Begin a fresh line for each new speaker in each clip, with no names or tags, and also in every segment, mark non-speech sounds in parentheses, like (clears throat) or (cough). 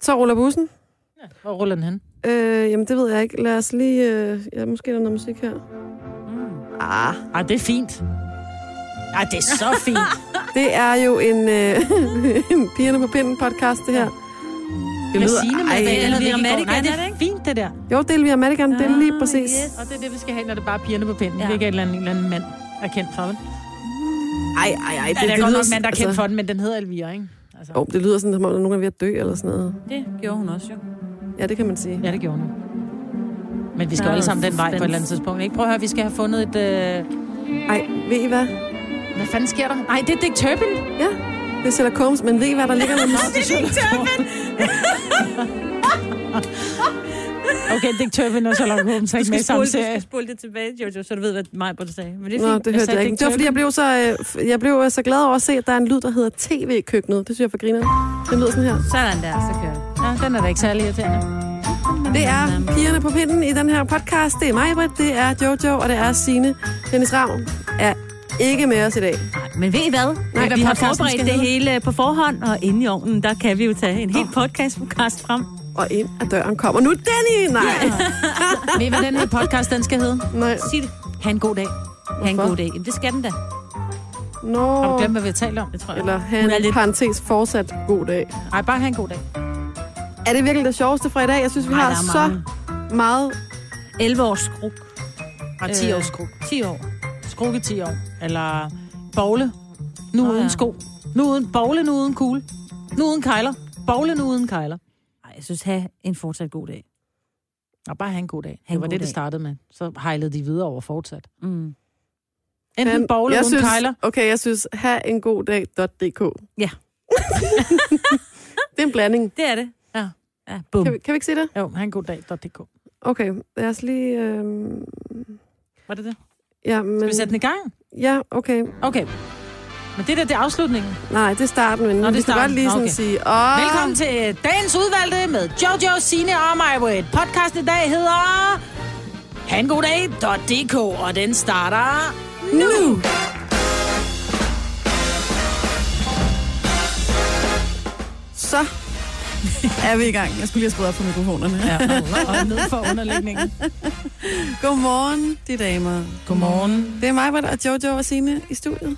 Så ruller bussen.
Hvor ruller den hen?
Øh, jamen, det ved jeg ikke. Lad os lige... Øh, ja, måske er der noget musik her. Ah,
Ej, det er fint. Ej, det er så
(laughs)
fint.
det er jo en, øh, (laughs) en Pigerne på Pinden podcast, det her. Det
Med Signe,
ej,
med Valen,
Eller
Vicky
Dramatic,
Gård. Nej,
er
det
det
er
ikke?
fint, det der. Ah,
Jo, det er Elvira Madigan, det er lige præcis.
Og det er det, vi skal have, når det bare er pigerne på pinden. Ja. Det er ikke et eller andet, en eller anden mand, der er kendt for, vel? Ja,
Ej, ej, ej.
det, det er godt nok en mand, der er kendt
altså,
for den, men den hedder Elvira, ikke? Altså,
Jo, oh, det lyder sådan, som om der er nogen, der er ved at dø eller sådan noget.
Det gjorde hun også jo.
Ja, det kan man sige.
Ja, det gjorde hun. Men vi skal
Der er
alle
jo
sammen den vej på et
suspense.
eller andet tidspunkt. Ikke? Prøv at høre, vi skal have fundet et... Øh...
Ej, ved I hvad?
Hvad fanden sker der? Nej, det er Dick Turpin.
Ja, det er Sherlock Holmes, men ved I hvad, der ligger noget musik? (laughs)
(laughs) Okay, Dick Turpin og Sherlock Holmes er ikke med i samme serie.
spole det tilbage, Jojo, så du ved, hvad Majbert sagde. Men det
Nå, det hørte jeg
sagde
ikke.
Dick
Det var, fordi jeg blev, så, øh, f- jeg blev øh, så glad over at se, at der er en lyd, der hedder TV-køkkenet. Det synes jeg for griner. Den lyder sådan her.
Sådan der, så kører vi.
Ja, den er da ikke særlig irriterende.
Det er pigerne på pinden i den her podcast. Det er mig, Britt, det er Jojo, og det er Sine. Dennis Ravn er ikke med os i dag.
Nej, men ved I hvad? Nej, vi har
podcasten
forberedt
skal
det
hedde.
hele på forhånd, og inde i ovnen, der kan vi jo tage en hel podcast frem.
Og ind ad døren kommer nu Danny! Nej,
Ved I, hvad den her podcast, den skal hedde?
nej.
Sig det.
Ha' en god dag.
Ha' en
Hvorfor?
god dag. Jamen, det skal den da.
Nå.
Har du glemt, hvad vi har talt om? Det tror
Eller
Hun er
han,
lidt-
parentes, fortsat god dag.
Ej, bare have en god dag.
Er det virkelig det sjoveste fra i dag? Jeg synes, vi har
der er
så meget...
11 års skruk.
Og 10 års skruk.
10 år.
Skruk i 10 år. Eller bogle. Nu
Nå,
uden
ja.
sko. Nu uden bogle, nu uden kugle. Nu uden kejler. Bogle, nu uden kejler.
Ej, jeg synes, have en fortsat god dag.
Og bare have en god dag.
en
det var
god
det, det
dag.
startede med. Så hejlede de videre over fortsat.
Mm.
Enten
Øhm,
bogle,
jeg
uden
synes,
kejler.
Okay, jeg synes, ha' en god dag.dk.
Ja.
(laughs) det er en blanding.
Det er det.
Ja.
Ja, bum.
Kan vi, kan vi ikke se det?
Jo, have en god dag.dk.
Okay, lad os lige... Øh...
øhm,
Var det det?
Ja,
Skal
men...
vi sætte den i gang?
Ja, okay.
Okay. Men det der, det er afslutningen.
Nej, det er starten, men Nå,
det
Mm, vi
er
skal
starten.
godt lige
Nå,
sådan okay.
okay.
sige... Åh,
Velkommen til dagens udvalgte med Jojo, Sine og mig. Podcasten i dag hedder... Ha' en god dag.dk, og den starter nu. (laughs)
Så er vi i gang. Jeg skulle lige have skruet op på mikrofonerne.
Ja, og ned for underlægningen.
(laughs) Godmorgen, de damer.
Godmorgen. Mm.
Det er mig, Britt, og Jojo og Signe i studiet.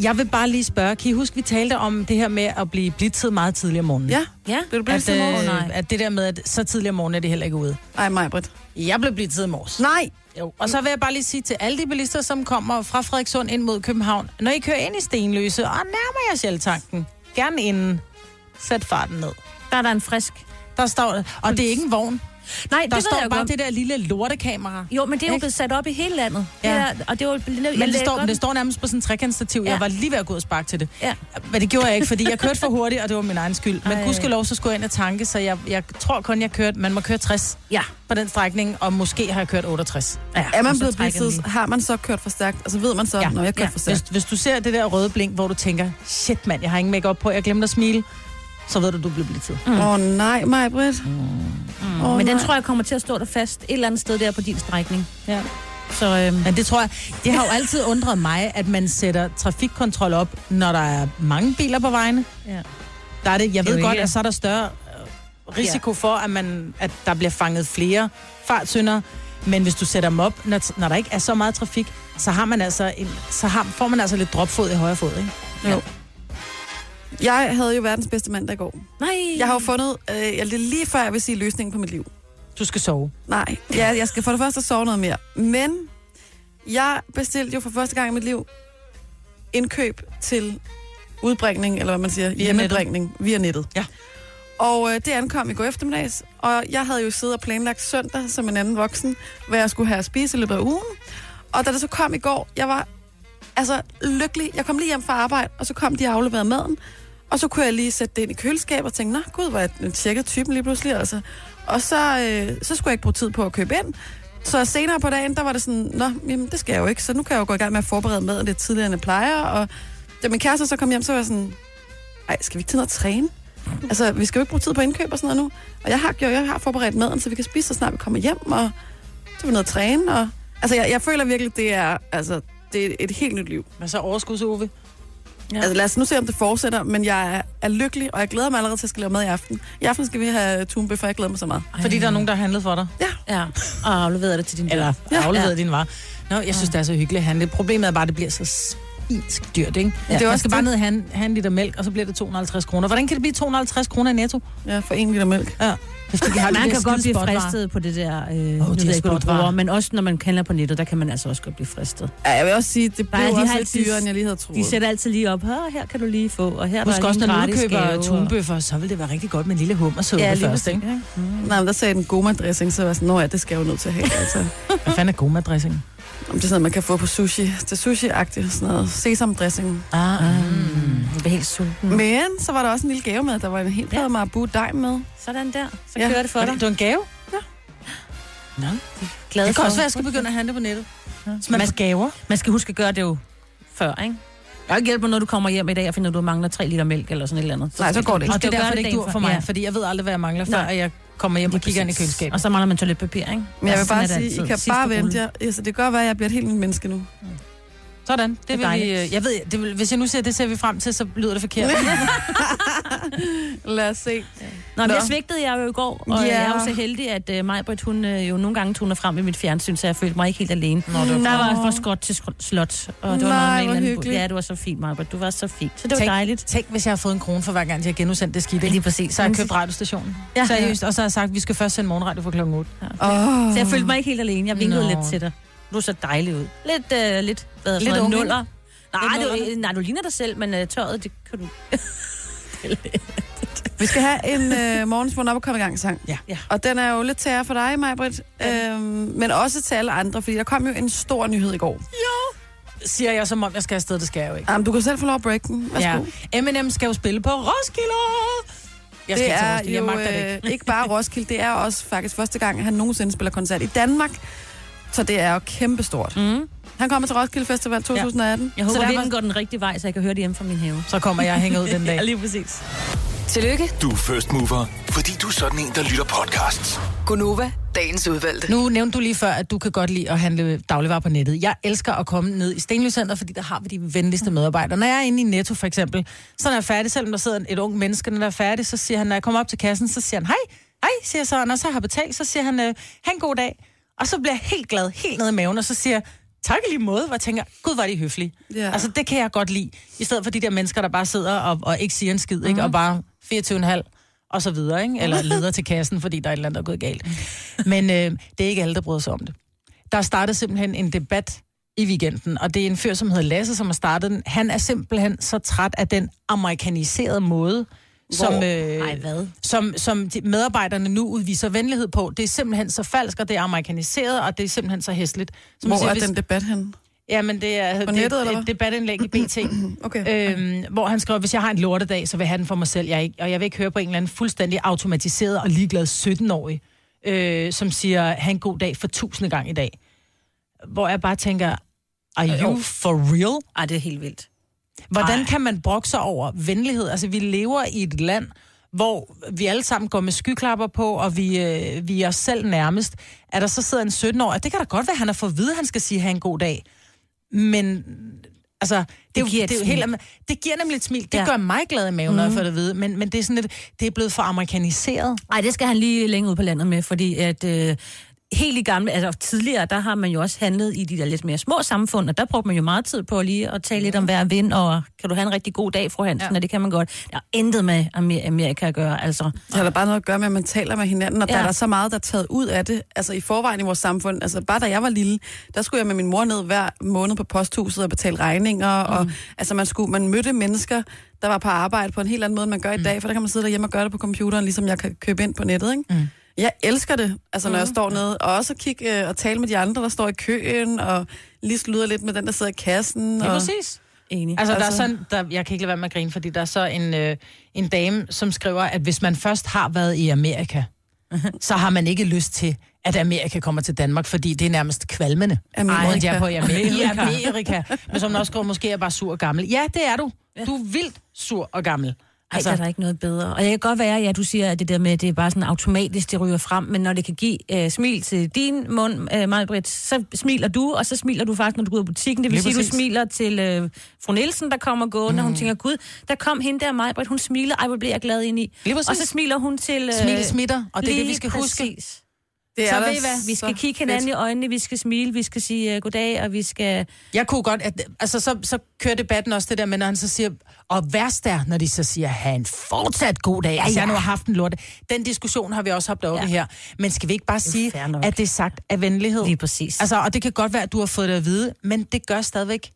Jeg vil bare lige spørge, kan I huske, vi talte om det her med at blive blitzet meget tidligere om morgenen?
Ja,
Ja.
blev du blidt
At,
til morgen?
øh, at det der med, at så tidligere om morgenen er det heller ikke ude.
Nej, mig, Britt.
Jeg blev blitzet i morges.
Nej,
Jo. Og så vil jeg bare lige sige til alle de bilister, som kommer fra Frederikssund ind mod København, når I kører ind i Stenløse og nærmer jer Sjæltanken, gerne inden, sæt farten ned.
Der er der en frisk.
Der står, og det er ikke en vogn.
Nej,
Der
det ved
står
jeg
bare
godt.
det der lille lortekamera.
Jo, men det er jo
Ikke?
blevet sat op i hele landet.
Ja.
Det er, og det var,
Men det står, det står nærmest på sådan en trekantstativ. Ja.
Ja.
Jeg var lige ved at gå ud og sparke til det.
Ja.
Men det gjorde jeg ikke, fordi jeg kørte for hurtigt, og det var min egen skyld. Men
Ej.
gudskelov, så skulle jeg ind og tanke, så jeg, jeg tror kun, jeg kørte... Man må køre 60
Ja.
på den strækning, og måske har jeg kørt 68.
ja.
er man
Og så
blevet
trækker den
blitzet, har man så kørt for stærkt, og så ved man så,
Ja,
ja. når jeg kørt
ja.
for
Hvis,
stærkt.
hvis du ser det der røde blink, hvor du tænker, shit mand, jeg har ingen makeup på, jeg glemte at smile, så ved du, du bliver blitzet.
Åh mm. oh, nej, mig, Britt.
Mm.
lige.
Åh,
Mm. Men den
nej.
tror jeg kommer til at stå der fast et eller andet sted der på din strækning.
Ja.
Så øhm,
Men det tror jeg, det har jo altid undret mig, at man sætter trafikkontrol op, når der er mange biler på vejene.
ja.
Der er det, jeg
Det er
ved
jo
godt,
ikke-
at så er der større øh, risiko for, at, man, at der bliver fanget flere fartsyndere. Men hvis du sætter dem op, når, t- når der ikke er så meget trafik, så, har man altså en, så har, får man altså lidt dropfod i højre fod, ikke?
Jeg havde jo verdens bedste mandag i går.
Nej.
Jeg har jo fundet, øh, jeg, det er lige før jeg vil sige løsningen på mit liv.
Du skal sove.
Nej, ja, jeg skal for det første sove noget mere. Men jeg bestilte jo for første gang i mit liv indkøb til udbringning, eller hvad man siger, via hjemmebringning nettet. via nettet.
Ja.
Og øh, det ankom i går eftermiddags, og jeg havde jo siddet og planlagt søndag som en anden voksen, hvad jeg skulle have at spise i løbet af ugen. Og da det så kom i går, jeg var altså lykkelig. Jeg kom lige hjem fra arbejde, og så kom de og afleverede maden. Og så kunne jeg lige sætte det ind i køleskabet og tænke, nå gud, hvor er den tjekket typen lige pludselig. Altså. Og så, øh, så skulle jeg ikke bruge tid på at købe ind. Så senere på dagen, der var det sådan, nå, jamen, det skal jeg jo ikke, så nu kan jeg jo gå i gang med at forberede maden lidt tidligere, end jeg plejer. Og da min kæreste så kom hjem, så var jeg sådan, ej, skal vi ikke til noget at træne? Altså, vi skal jo ikke bruge tid på indkøb og sådan noget nu. Og jeg har, gjort, jeg har forberedt maden, så vi kan spise, så snart vi kommer hjem, og så er vi nede at træne. Og, altså, jeg, jeg føler virkelig, det er, altså, det er et helt nyt liv.
Men så overskuds, Ove.
Ja. Altså lad os nu se, om det fortsætter, men jeg er, er lykkelig, og jeg glæder mig allerede til, at jeg skal lave mad i aften. I aften skal vi have tunbøf, og jeg glæder mig så meget.
Fordi der er nogen, der har handlet for dig.
Ja, og afleverer det til din
Eller ja.
Ja.
afleveret
Ja.
ja. din vare. Nå, jeg synes, det er så hyggeligt at handle. Problemet er bare, at det bliver så spinsk dyrt, ikke? Ja. Det er
også
også skal
det.
bare ned og han, have en liter mælk, og så bliver det 250 kroner. Hvordan kan det blive 250 kroner i netto?
Ja, for en liter mælk.
Ja. Fordi de har
Man
de der
kan godt
skide
blive
spotvarer.
fristet på det der, øh, oh, nu
de
ved
her
jeg ikke, hvad du
spotvarer.
bruger, men også når man handler på nettet, der kan man altså også godt blive fristet.
Ja, jeg vil også sige, det blev
Nej, de
også
har
lidt
altid-
dyrere, end jeg lige havde troet.
De sætter altid lige op, her, her kan du lige få, og her
Husk
der er
også,
lige en
når du
gratis
køber
gave,
tunbøffer, så vil det være rigtig godt med en lille hummersuppe ja, først, ikke?
Mm. Nej, men der sagde den goma dressing, så var jeg sådan, nå ja, det skal jeg jo nødt til at
(laughs)
have. Altså.
Hvad fanden er gomadressing?
Om det er sådan noget, man kan få på sushi, til sushi-agtigt, sådan noget sesamdressing.
Ah, mm.
Mm, jeg bliver helt sulten.
Mm. Men så var der også en lille gave med, der var en helt plade marabu dej med.
Sådan der, så
Ja.
ja. kører det for dig.
Det var en gave?
Ja.
Nå.
Glad
Det
for
kan også være, at jeg skal begynde at handle på nettet. Så man
Man-
får gaver.
Man skal huske at gøre det jo før, ikke? Der er ikke hjælp, når du kommer hjem i dag og finder, at du mangler 3 liter mælk eller sådan et eller andet.
Nej, så går det ikke.
Og det
skal
er
jo gøre
derfor, det
det
ikke
dagen
dur for
før.
mig,
Ja.
fordi jeg ved aldrig, hvad jeg mangler, før
Nej.
jeg kommer hjem og
Lige
kigger ind i
præcis.
køleskabet.
Og så mangler man toiletpapir, ikke?
Men jeg
Ja,
vil
sådan
bare
er det
sige, I
altid.
kan
Sidste
bare
rulle. Mm.
vente jer. Altså, det kan godt være, at jeg bliver et helt nyt menneske nu.
Sådan, det,
er
vil vi,
dejligt.
øh, jeg ved, det vil, hvis jeg nu siger, det ser vi frem til, så lyder det (laughs) forkert.
Lad os se.
Nå, men
Nå.
jeg svigtede jer jo i går, og
Ja.
jeg er jo så heldig, at uh, Majbrit, hun uh, jo nogle gange tuner frem i mit fjernsyn, så jeg følte mig ikke helt alene.
Nå, det var
Der var
Nå.
fra skot til skr- slot, og
Nej,
det var noget med en
hvor
eller anden
hyggeligt.
Ja, du var så fint, Majbrit. Du var så fint. Så det var
Tænk.
dejligt.
Tænk, hvis jeg har fået en krone for hver gang, jeg har genudsendt det skidt,
Lige
ikke?
præcis.
Så har jeg købt radiostationen.
Ja.
Seriøst, og så har jeg sagt, at vi skal først sende morgenradio for klokken 8.
Oh.
Så jeg følte mig ikke helt alene. Jeg vinkede
Nå.
Nå. lidt til dig. Du så dejlig ud. Lidt, øh, lidt, hvad
Lidt
lidt
ung,
noget,
ikke?
nuller.
Lidt
Nej,
nullerne.
du, nej, du ligner dig selv, men øh, tøjet, det
(laughs)
kan du...
Vi skal have en øh, morgens vågn op og komme i gang sang.
Ja.
Ja.
Og den er jo lidt terror for dig, Majbrit, øhm, men også til alle andre, fordi der kom jo en stor nyhed i går.
Siger jeg, som om jeg skal afsted, det skal jeg jo ikke.
Jamen, du kan selv få lov at break den. Værsgo. Ja.
Eminem skal jo spille på Roskilde! Jeg skal ikke
det
til Roskilde,
er
jeg
jo
magter det ikke.
øh, ikke bare Roskilde, det er også faktisk første gang, han nogensinde spiller koncert i Danmark. Så det er jo kæmpestort.
Mm.
Han kommer til Roskilde Festival 2018.
Jeg håber,
så
at
derfor,
vinden går den rigtige vej, så jeg kan høre det hjemme fra min have.
Så kommer jeg og
(laughs)
hænger ud den dag.
lige præcis.
Tillykke,
Du er first mover, fordi du er sådan en, der lytter podcasts.
Gunova, dagens udvalgte.
Nu nævnte du lige før, at du kan godt lide at handle dagligvarer på nettet. Jeg elsker at komme ned i Stenløscenter, fordi der har vi de venligste medarbejdere. Når jeg er inde i Netto for eksempel, så når jeg er færdig, selvom der sidder et ung menneske, når der er færdig, så siger han, når jeg kommer op til kassen, så siger han, hej, hej, siger jeg så, og når jeg så har betalt, så siger han, øh, han god dag. Og så bliver jeg helt glad, helt nede i maven, og så siger jeg, tak i lige måde, hvor jeg tænker, gud, var de høflige.
Ja.
Altså, det kan jeg godt lide. I stedet for de der mennesker, der bare sidder og, og ikke siger en skid, mm-hmm. ikke? og bare 24,5 og så videre, ikke?
(laughs)
eller leder til kassen, fordi der er et eller andet, der er gået galt. Men øh, det er ikke alle, der bryder sig om det. Der startede simpelthen en debat i weekenden, og det er en fyr, som hedder Lasse, som har startet den. Han er simpelthen så træt af den amerikaniserede måde, som, øh,
Ej, hvad?
som, som de medarbejderne nu udviser venlighed på. Det er simpelthen så falsk, og det er amerikaniseret, og det er simpelthen så hæsligt. Som
hvor
jeg siger,
er
hvis-
den debat henne?
Jamen, det er
På
det,
nettet,
er
eller
et debatindlæg i BT,
Okay.
øhm, hvor han skrev, hvis jeg har en lortedag, så vil jeg have den for mig selv, jeg er ikke, og jeg vil ikke høre på en eller anden fuldstændig automatiseret og ligeglad 17-årig, øh, som siger, have en god dag for tusinde gang i dag. Hvor jeg bare tænker, are you for real?
Ej, det er helt vildt.
Hvordan Ej. kan man brokke sig over venlighed? Altså, vi lever i et land, hvor vi alle sammen går med skyklapper på, og vi, øh, vi er os selv nærmest. Er der så sidder en 17-årig, det kan da godt være, han har fået at vide, at han skal sige, have en god dag. Men altså, det, det,
giver
giver,
et
det, er jo
smil.
helt, almin- det giver nemlig et smil. Det ja.
Ja.
gør mig glad i maven, når
Mm.
jeg får det at vide. Men, men det er sådan lidt, det er blevet for amerikaniseret.
Nej, det skal han lige længere ud på landet med, fordi at øh, helt i gamle, altså tidligere, der har man jo også handlet i de der lidt mere små samfund, og der brugte man jo meget tid på lige at tale lidt om hver vind, og kan du have en rigtig god dag, fru Hansen, ja. og det kan man godt. Der er intet med Amer- Amerika at gøre, altså.
Det har da bare noget at gøre med, at man taler med hinanden, og ja.
Ja.
der er der så meget, der er taget ud af det. Altså i forvejen i vores samfund, altså bare da jeg var lille, der skulle jeg med min mor ned hver måned på posthuset og betale regninger, mm. og altså man, skulle, man mødte mennesker, der var på arbejde på en helt anden måde, end man gør
Mm.
i dag, for der kan man sidde derhjemme og gøre det på computeren, ligesom jeg kan købe ind på nettet, ikke? Mm. Jeg elsker det, altså når jeg
Mm.
står nede, og også at kigge øh, og tale med de andre, der står i køen, og lige sluder lidt med den, der sidder i kassen.
Ja,
Og...
præcis.
Enig.
Altså, der er
Altså-
sådan, der, jeg kan ikke lade være med at grine, fordi der er så en, øh, en dame, som skriver, at hvis man først har været i (laughs) Amerika, så har man ikke lyst til, at Amerika kommer til Danmark, fordi det er nærmest kvalmende.
Amerika.
Måden, jeg er på i Amerika. I Amerika. Men som den også skriver, måske er jeg bare sur og gammel. Ja, det er du. Du er vildt sur og gammel.
Altså, der er der ikke noget bedre. Og jeg kan godt være, ja, du siger, at det der med, at det er bare sådan automatisk, det ryger frem, men når det kan give øh, smil til din mund, øh, Majbrit, så smiler du, og så smiler du faktisk, når du går ud af butikken. Det vil
Lige
sige, at
præcis.
du smiler til øh, fru Nielsen, der kommer gående, mm. og hun tænker, gud, der kom hende der, Majbrit, hun smiler, ej, hvor bliver jeg glad ind i.
Lige præcis.
Og så smiler hun til... Øh,
Smil smitter, og det er det, vi skal huske.
præcis.
Det
Så
da
ved I hvad, vi skal
så
kigge hinanden
fedt.
i øjnene, vi skal smile, vi skal sige øh, goddag, og vi skal...
Jeg kunne godt, at, altså så, så kører debatten også det der med, når han så siger, og værst er, når de så siger, have en fortsat god dag, altså ja. jeg nu har haft en lorte. Den diskussion har vi også haft oppe ja.
Ja.
her. Men skal vi ikke bare sige,
fair nok.
at det er sagt af venlighed?
Lige præcis.
Altså, og det kan godt være, at du har fået det at vide, men det gør stadigvæk,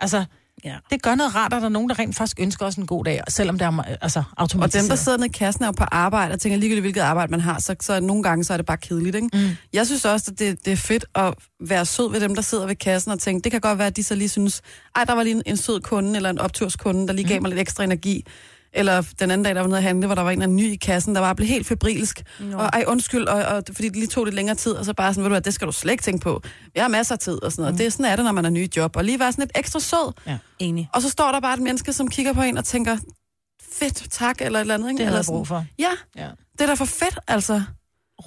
altså,
Ja.
det gør noget rart, at der er nogen, der rent faktisk ønsker os en god dag, selvom det er altså,
Og
automatiseret.
dem, der sidder nede i kassen er jo på arbejde og tænker ligegyldigt, hvilket arbejde man har, så, så nogle gange så er det bare kedeligt. Ikke? Mm. Jeg synes også, at det, det er fedt at være sød ved dem, der sidder ved kassen og tænke, det kan godt være, at de så lige synes, ej, der var lige en, en sød kunde eller en opturskunde, der lige gav mig lidt ekstra energi. Eller den anden dag, der var nede at handle, hvor der var en eller anden ny i kassen, der bare blev helt febrilsk. Og ej, undskyld, og, og, fordi det lige tog lidt længere tid, og så bare sådan, ved du hvad, det skal du slet ikke tænke på. Jeg har masser af tid og sådan noget. Mm. Det er sådan er det, når man er ny i job. Og lige være sådan lidt ekstra sød.
Ja.
Enig.
Og så står der bare et menneske, som kigger på en og tænker, fedt, tak, eller et eller andet. Ikke?
Det havde
eller
jeg
sådan,
brug for.
Ja,
Ja.
det er da for fedt, altså.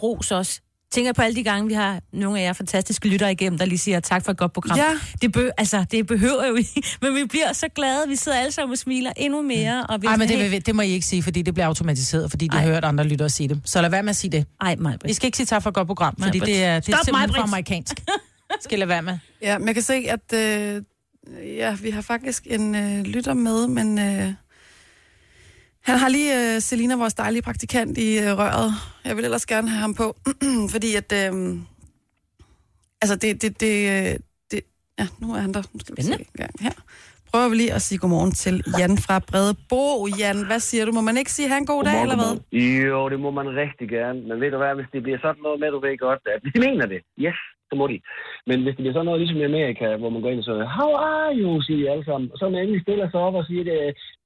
ros også. Tænker på alle de gange, vi har nogle af jer fantastiske lyttere igennem, der lige siger tak for et godt program.
Ja.
Det, bø, altså, det behøver jo ikke, (laughs) men vi bliver så glade. Vi sidder alle sammen og smiler endnu mere. Og vi
Mm. Ej, men det,
(laughs)
vil- det må I ikke sige, fordi det bliver automatiseret, fordi de har
Ej.
hørt andre lyttere sige det. Så lad være med at sige det.
Ej, mig,
Vi skal ikke sige tak for et godt program, fordi
Maj-Brit.
det er, det er
Stop,
simpelthen for
Maj-Brit. (laughs)
amerikansk. Skal jeg lade være med.
Ja, men jeg kan se, at øh, ja, vi har faktisk en øh, lytter med, men øh, han har lige øh, Selina, vores dejlige praktikant, i øh, røret. Jeg vil ellers gerne have ham på, (clears throat) fordi at... Øh, altså, det... det, det, øh, det ja, nu er han der. Nu skal vi se
Spændende.
en gang her. Prøver vi lige at sige godmorgen til Jan fra Bredebro. Jan, hvad siger du? Må man ikke sige, han god dag, eller hvad?
Jo, det må man rigtig gerne. Men ved du hvad, hvis det bliver sådan noget med, du ved godt, at hvis de mener det, yes, så må de. Men hvis det bliver sådan noget ligesom i Amerika, hvor man går ind og så, how are you, siger de alle sammen. Og så man endelig stiller sig op og siger det,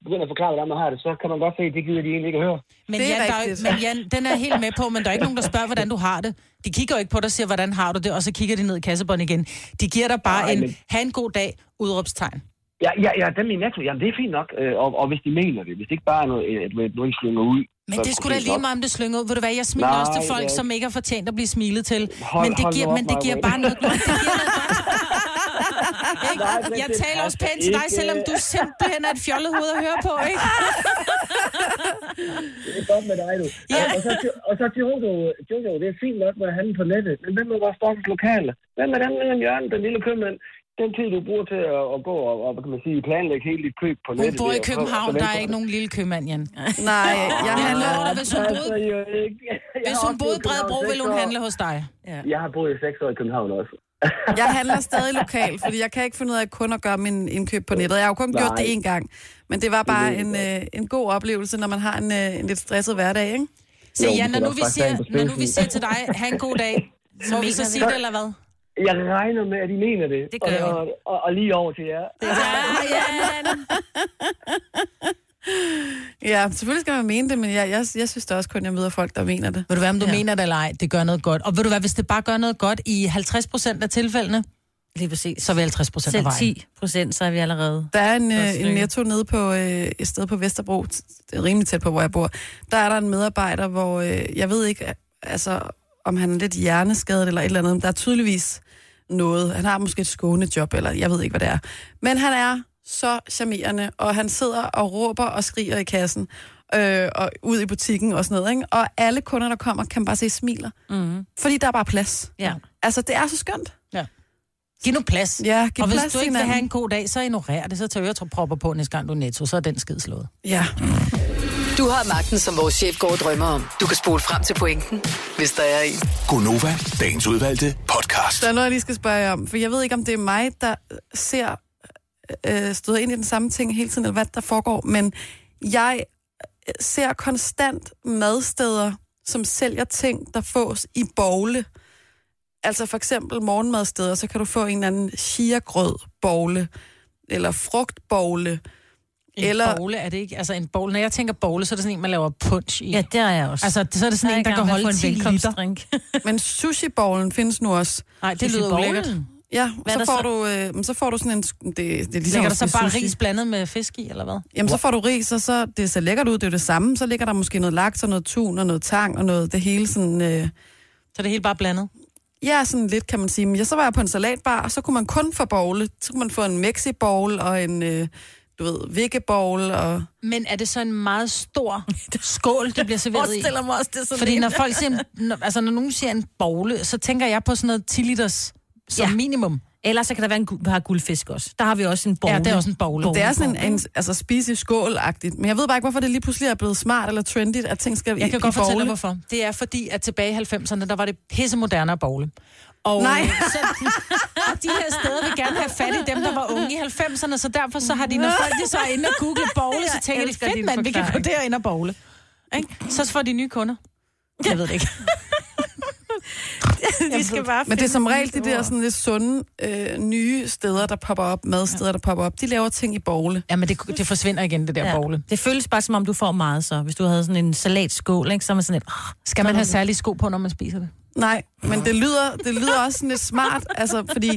begynder at forklare, hvordan man har det, så kan man godt se, at det gider de egentlig ikke at høre.
Men,
Det er
Jan, der, er-
rigtigt.
men Jan, den er jeg helt med på, men der er ikke nogen, der spørger, hvordan du har det. De kigger jo ikke på dig og siger, hvordan har du det, og så kigger de ned i kassebånd igen. De giver dig bare
Ej,
en,
men-
ha' en god dag, udråbstegn.
Ja, ja, ja, dem i Netto, jamen det er fint nok. Øh, Og, og hvis de mener det, hvis det ikke bare er noget, at du ved, nogen slynger ud.
Men
så
det
er
skulle da
fint
lige
nok.
meget, om det slynger ud. Ved du hvad, jeg smiler
Nej,
også til
det er
folk,
ikke.
som ikke har fortjent at blive smilet til.
Hold-
men det
hold
giver,
nu op,
men det giver
Maja.
bare noget godt. Det giver noget
(laughs)
godt. Ikke?
Nej, men
jeg
det
taler også
passer
pænt til dig,
ikke.
selvom du simpelthen er et fjollet hoved at
(laughs)
høre på, ikke?
Det er godt med dig, du.
Ja.
Ja. Og, så, og så Jojo, Jojo, det er fint nok med at handle på nettet, men hvem er vores stakkels lokale? Hvem er den lille hjørne, den lille købmand? Den tid, du bruger til at, at gå og, og hvad kan man sige, planlægge hele dit køb på
Hun
nettet.
bor i
det er jo-
København,
så- så
der er ikke nogen lille købmand, Jan.
Nej, jeg
Jeg
handler...
lover dig, hvis hun
passer
boede,
jo ikke. Jeg
hvis
har
hun
også
boede i
i København
Bredebro,
seks
ville hun
år.
handle hos dig.
Jeg har boet i seks år i København også.
Jeg handler stadig lokalt, fordi jeg kan ikke finde ud af kun at gøre min indkøb på nettet. Jeg har jo kun Nej. gjort
Nej.
det én gang. Men det var bare en, øh, en god oplevelse, når man har en, øh, en lidt stresset hverdag, ikke?
Se,
Jo,
Jan,
det
når
er
nu,
også
vi
bare
siger,
sagen på
når nu vi
spidsen.
siger til dig, have en god dag, må vi så sige det, eller hvad?
Jeg regner med, at I mener det.
Det gør
og,
jeg.
og, og, og lige over til jer.
Ja, selvfølgelig skal man mene det, men jeg, jeg, jeg synes da også kun, at jeg møder folk, der mener det.
Ved du hvad, om du ja. mener det eller ej, det gør noget godt. Og ved du hvad, hvis det bare gør noget godt i 50 procent af tilfældene,
Lige præcis.
så er vi 50 procent af
Selv
vejen.
10 procent, så er vi allerede.
Der er en,
Godt
øh, en
stykke.
netto nede på øh, et sted på Vesterbro, t- det er rimelig tæt på, hvor jeg bor. Der er der en medarbejder, hvor øh, jeg ved ikke, altså, om han er lidt hjerneskadet eller et eller andet. men Der er tydeligvis noget. Han har måske et skåne job, eller jeg ved ikke, hvad det er. Men han er så charmerende, og han sidder og råber og skriger i kassen, øh, og ud i butikken og sådan noget. Ikke? Og alle kunder, der kommer, kan bare se smiler.
Mhm.
Mm.
Fordi der er bare plads.
Ja.
Altså, det er så skønt.
Giv nu plads.
Ja, giv
og hvis
plads
du
til
ikke vil
hinanden.
have en god dag, så ignorer det. Så tager øretropropper på næste gang, du er netto. Så er den skid slået.
Ja.
Du har magten, som vores chef går og drømmer om. Du kan spole frem til pointen, hvis der er en.
Gonova, dagens udvalgte podcast.
Der er noget, jeg lige skal spørge jer om, for jeg ved ikke, om det er mig, der ser øh, støder ind i den samme ting hele tiden, eller hvad der foregår, men jeg øh, ser konstant madsteder, som sælger ting, der fås i bogle. Altså for eksempel morgenmadsteder, så kan du få en eller anden chia-grød bogle, eller frugtbogle.
En
Eller- (laughs)
bogle er det ikke? Altså en bogle. Når jeg tænker bogle, så er det sådan en, man laver punch i.
Ja,
Ja.
det er jeg også.
Altså, det- så er det
Jeg
sådan
i
en, der kan
gang med at få
holde
en
10 liter.
velkomstdrink.
Men sushi-bowlen findes nu også.
Nej, det
Sushi
lyder
bowlen?
ulækkert.
Ja,
Hvad
så
er der
får,
så?
du, øh, men så får du sådan en... sk- Det, det er ligesom
Ligger der
at
så
spise
bare
sushi.
ris blandet med fisk i, eller hvad?
Jamen, så får du ris, og så det ser lækkert ud, det er jo det samme. Så ligger der måske noget laks og noget tun og noget tang og noget det hele sådan... Øh,
Så er det hele bare blandet.
ja, sådan lidt, kan man sige. Men ja, så var jeg på en salatbar, og så kunne man kun få bowle. Så kunne man få en mexi bowl og en, øh, du ved, vikke bowl og...
Men er det så en meget stor skål, det bliver serveret i?
forestiller mig også, det er sådan
Fordi
en.
når folk siger, når, altså når nogen siger en bogle, så tænker jeg på sådan noget 10 liters som ja.
Ja.
minimum.
Ellers så kan der være en gu- par guldfisk også. Der har vi også en bowl.
Ja, det er også en bogle.
Det er sådan en, en altså, spise i skål-agtigt. Men jeg ved bare ikke, hvorfor det lige pludselig er blevet smart eller trendigt, at ting skal
Jeg
i,
kan godt
i bowle.
fortælle dig, hvorfor. Det er fordi, at tilbage i 90'erne, der var det pissemoderne at bogle. Og,
Nej.
øh, så,
(laughs)
og de her steder vil gerne have fat i dem, der var unge i 90'erne, så derfor så har de, (laughs) når folk de så er inde og google
(laughs)
bogle, så tænker de,
elsker
fedt
din
mand, vi kan gå
forklaring."
derind og bogle. Ikke? Så får de nye kunder. Jeg ved det (laughs) ikke.
vi skal bare
Men det er som regel de der sådan lidt sunde, øh, nye steder, der popper op, madsteder, der popper op. De laver ting i bowle.
Ja, men det, det forsvinder igen, det der ja. bogle.
Det føles bare, som om du får meget så. Hvis du havde sådan en salatskål, ikke, så er man sådan et... Oh,
Skal man have særlige sko på, når man spiser det?
Nej, men det lyder, det lyder også sådan lidt smart, altså, fordi...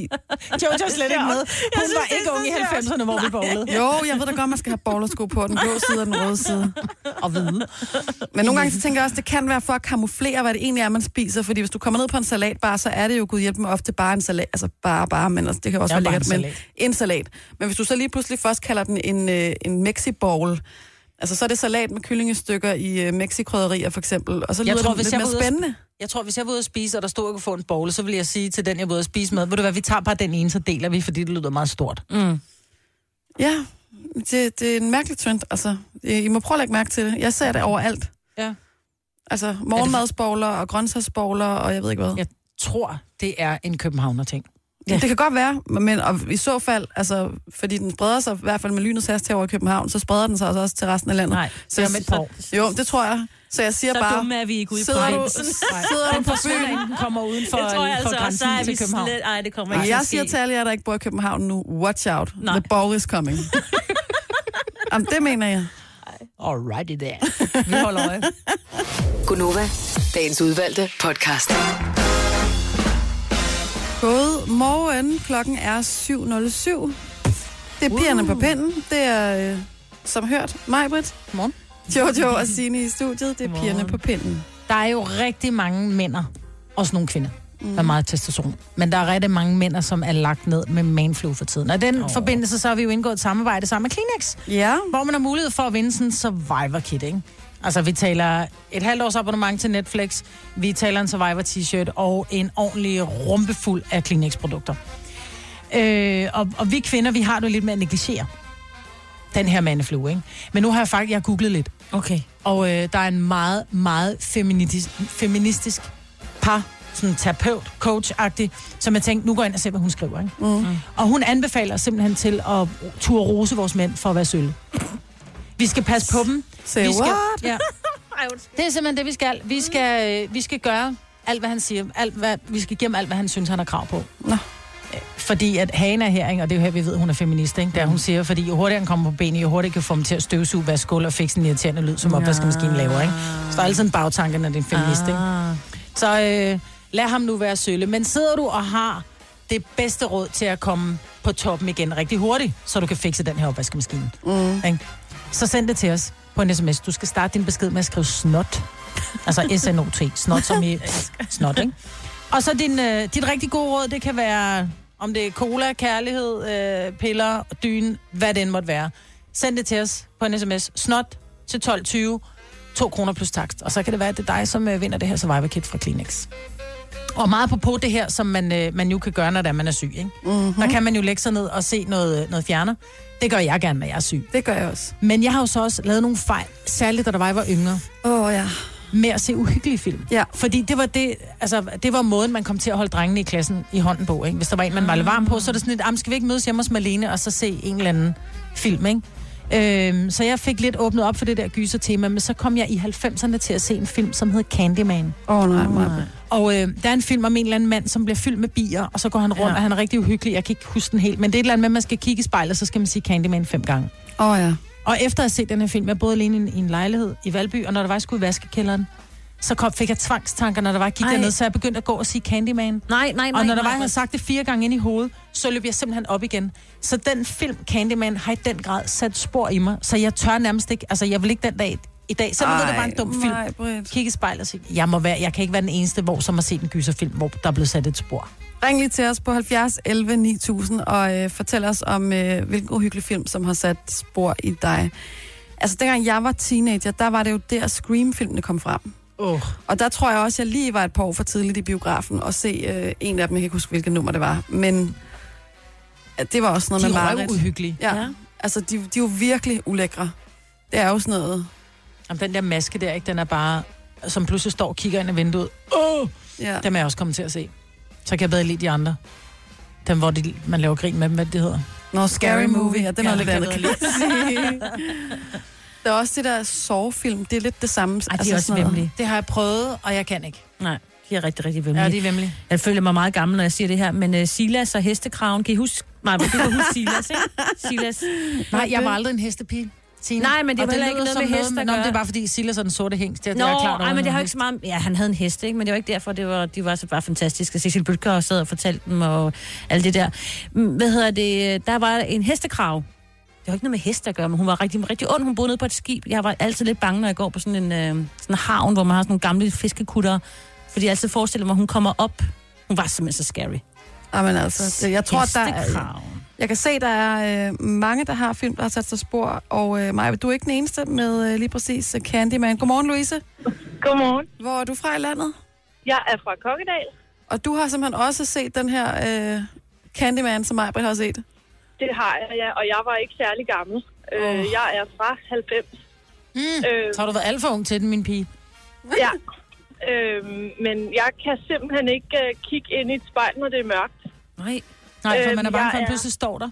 Jojo er slet ikke med. Hun var ikke ung i 90'erne, hvor vi bowlede.
Jo, jeg ved da godt, man skal have bowlersko på den blå side og den røde side.
Og (laughs) hvide.
Men nogle gange så tænker jeg også, det kan være for at kamuflere, hvad det egentlig er, man spiser. Fordi hvis du kommer ned på en salatbar, så er det jo, gud hjælp mig, ofte bare en salat. Altså bare, bare, men altså, det kan også
Ja, bare
være lækkert.
en
Men en salat. Men hvis du så lige pludselig først kalder den en, øh, en mexi-bowl, altså så er det salat med kyllingestykker i øh, mexikrydderier for eksempel. Og så lyder
Jeg tror,
det
hvis
lidt
jeg,
mere
var ude
spændende.
at, jeg tror, hvis jeg var ude at spise, og der stod, at jeg kunne få en bowl, så ville jeg sige til den, jeg var ude at spise med, ved du hvad, vi tager bare den ene, så deler vi, fordi det lyder meget stort. Mm.
Ja, det, det er en mærkelig trend. Altså, I må prøve at lægge mærke til det. Jeg ser det overalt.
Ja.
Altså morgenmadsbowler og grøntsagsbowler og jeg ved ikke hvad.
Jeg tror, det er en københavner-ting.
Ja. Det kan godt være, men og i så fald, altså, fordi den spreder sig, i hvert fald med lynets hast herovre i København, så spreder den sig altså også til resten af landet.
Nej,
så,
det er om et par år.
Jo, det tror jeg. Så jeg siger
så
bare,
dumme er vi ikke ude i
sidder du,
(laughs) provinsen.
(laughs) sidder du på
Før
byen?
den kommer uden for,
Det tror jeg
for
altså også,
grænsen
så er vi
til København.
slet... Ej, det kommer ikke
Nej, jeg
til
siger
at
til
ske.
alle jer, der ikke bor i København nu, watch out.
Nej.
The ball is
(laughs)
coming. Jamen, det mener jeg.
Alrighty there. Vi holder øje.
Gunova, dagens udvalgte podcast.
God morgen. Klokken er 7.07. Det er
Uh.
pigerne på pinden. Det er, øh, som hørt, Majbrit.
Godmorgen.
Jojo og Signe i studiet. Det er pigerne på pinden.
Der er jo rigtig mange mænd, også nogle kvinder,
Mm.
der er meget testosteron. Men der er rigtig mange mænd, som er lagt ned med manflu for tiden. Og i den oh. forbindelse, så har vi jo indgået et samarbejde sammen med Kleenex.
Ja.
hvor man har mulighed for at vinde sådan en survivor-kit, ikke? Altså, vi taler et halvt års abonnement til Netflix, vi taler en survivor-t-shirt og en ordentlig rumpe fuld af Kleenex-produkter. Øh, og, og vi kvinder, vi har det jo lidt med at negligere den her mandeflue, ikke? Men nu har jeg faktisk, jeg har googlet lidt,
Okay.
og øh, der er en meget, meget feministisk, feministisk par, sådan terapeut, coach-agtig, som jeg tænkte, nu går jeg ind og ser, hvad hun skriver. Ikke? Mm. Og hun anbefaler simpelthen til at turde rose vores mænd for at være sølle. Vi skal passe på dem.
Say
vi skal,
what?
Ja. Det er simpelthen det, vi skal. Vi skal, øh, vi skal gøre alt, hvad han siger. Alt, hvad, vi skal give ham alt, hvad han synes, han har krav
(laughs)
på.
Nå.
Øh, Fordi at hagen er her, ikke? og det er jo her, vi ved, hun er feminist, ikke? Der hun siger, fordi jo hurtigere han kommer på benene, jo hurtigere kan få dem til at støvsuge, vaske gulv og fikse en irriterende lyd, som opvaskemaskinen laver. Ikke? Så der er altid en bagtanke, når det er en feminist. Ikke? Så øh, lad ham nu være sølle. Men sidder du og har det bedste råd til at komme på toppen igen rigtig hurtigt, så du kan fikse den her opvaskemaskine. Mm. Ikke? Så send det til os på en sms. Du skal starte din besked med at skrive snot. Altså S-N-O-T. Snot som i snot,
(laughs)
ikke? Og så din, øh, dit rigtig gode råd, det kan være, om det er cola, kærlighed, øh, piller, dyne, hvad det end måtte være. Send det til os på en sms. Snot til 1220. 2 kroner plus takst. Og så kan det være, at det er dig, som øh, vinder det her Survivor Kit fra Kleenex. Og meget på på det her, som man, øh, man jo kan gøre, når det er, man er syg. Ikke?
Mhm.
Mm-hmm. Der kan man jo lægge sig ned og se noget, øh, noget fjerner. Det gør jeg gerne, når jeg er syg.
Det gør jeg også.
Men jeg har jo så også lavet nogle fejl, særligt da der var, jeg var yngre,
Åh, oh, ja.
med at se uhyggelige film.
Ja.
Fordi det var, det, altså, det var måden, man kom til at holde drengene i klassen i hånden på. Ikke? Hvis der var en, man var lidt varm på, så er det sådan lidt, "Am, skal vi ikke mødes hjemme hos Malene og så se en eller anden film, ikke? Øhm, så jeg fik lidt åbnet op for det der gyser-tema, men så kom jeg i 90'erne til at se en film, som hed Candyman. Ah.
Åh, oh, nej, Maja.
Og øh, der er en film om en eller anden mand, som bliver fyldt med bier, og så går han rundt, ja. og han er rigtig uhyggelig. Jeg kan ikke huske den helt, men det er et eller andet med, at man skal kigge i spejlet, så skal man sige Candyman fem gange.
Åh, oh, ja.
Og efter at have set den her film, jeg boede alene i en, i en lejlighed i Valby, og når der var, jeg skulle i vaskekælderen, så kom, fik jeg tvangstanker, når der var, jeg gik
Ej.
dernede, så jeg begyndte at gå og sige Candyman.
Nej, nej, nej.
Og når der var,
nej,
jeg havde sagt det fire gange ind i hovedet, så løb jeg simpelthen op igen. Så den film, Candyman, har i den grad sat spor i mig, så jeg tør nærmest ikke, altså jeg vil ikke den dag i dag, selvom jeg ved, det var en dum film.
Nej, Britt.
Kigge i spejlet og sige, jeg, må være, jeg kan ikke være den eneste, hvor som har set en gyserfilm, hvor der er blevet sat et spor.
Ring lige til os på 70 11 9000 og øh, fortæl os om, øh, hvilken uhyggelig film, som har sat spor i dig. Altså, dengang jeg var teenager, der var det jo der, Scream-filmene kom frem.
Oh.
Og der tror jeg også, at jeg lige var et par år for tidligt i biografen og se øh, en af dem. Jeg kan ikke huske, hvilket nummer det var. Men ja, det var også noget
De
med
er
mareridt.
uhyggelige.
Ja.
Ja.
ja. Altså, de, de er jo virkelig ulækre. Det er jo sådan noget...
Jamen, den der maske der, ikke, den er bare, som pludselig står og kigger ind i vinduet. Åh!
Ja.
Dem er jeg også kommet til at se. Så kan jeg bedre lide de andre. Dem, hvor de, man laver grin med dem, hvad det hedder.
Nå, Scary Movie, ja, det er noget
Ja,
lidt
det
andet, kan jeg sige. Der er også det der sovefilm, det er lidt det samme. Altså,
Ej, de er også
sådan noget.
vemmelige.
Det har jeg prøvet, og jeg kan ikke.
Nej, de er rigtig, rigtig vemmelige.
Ja, de er vemmelig.
Jeg føler mig meget gammel, når jeg siger det her, men uh, Silas og hestekraven, kan I huske? Nej, men du kan huske Silas, ikke? Silas.
(laughs) Nej, jeg var aldrig en hestepige. Tina.
Nej, men det
Og
var heller ikke
lyder
noget
som
med heste
men-
at
Nå, men det er
gøre.
bare fordi Silas og den sorte hængst. Det, er-
Nå,
det er jeg klar, der
ej, men det har
noget
jo ikke så meget... Ja, han havde en hest, ikke? Men det var ikke derfor, det var, de var så bare fantastiske. Cecil Bøtger sad og fortalte dem og alt det der. Mm, Hvad hedder det? Der var en hestekrav. Det var ikke noget med heste at gøre, men hun var rigtig, rigtig ond. Hun boede nede på et skib. Jeg var altid lidt bange, når jeg går på sådan en, øh, sådan en havn, hvor man har sådan nogle gamle fiskekutter. Fordi jeg altid forestiller mig, at hun kommer op. Hun var simpelthen så scary.
Ej, men altså, det, jeg tror, der er,
Hestekraven.
jeg kan se, der er øh, mange, der har film, der har sat sig spor, og øh, Maja, du er ikke den eneste med øh, lige præcis øh, Candyman. Godmorgen, Louise.
Godmorgen.
Hvor er du fra i landet?
Jeg er fra Kokkedal.
Og du har simpelthen også set den her øh, Candyman, som Maja har set.
Det har jeg, ja. Og jeg var ikke særlig gammel. Øh, jeg er fra 90.
Mm.
Øh,
Så har du været alt for ung til den, min pige.
ja. Øh, men jeg kan simpelthen ikke øh, kigge ind i et spejl, når det er mørkt.
Nej.
Nej, for
Øhm,
man er bange
jeg
for, at
er-
pludselig står der.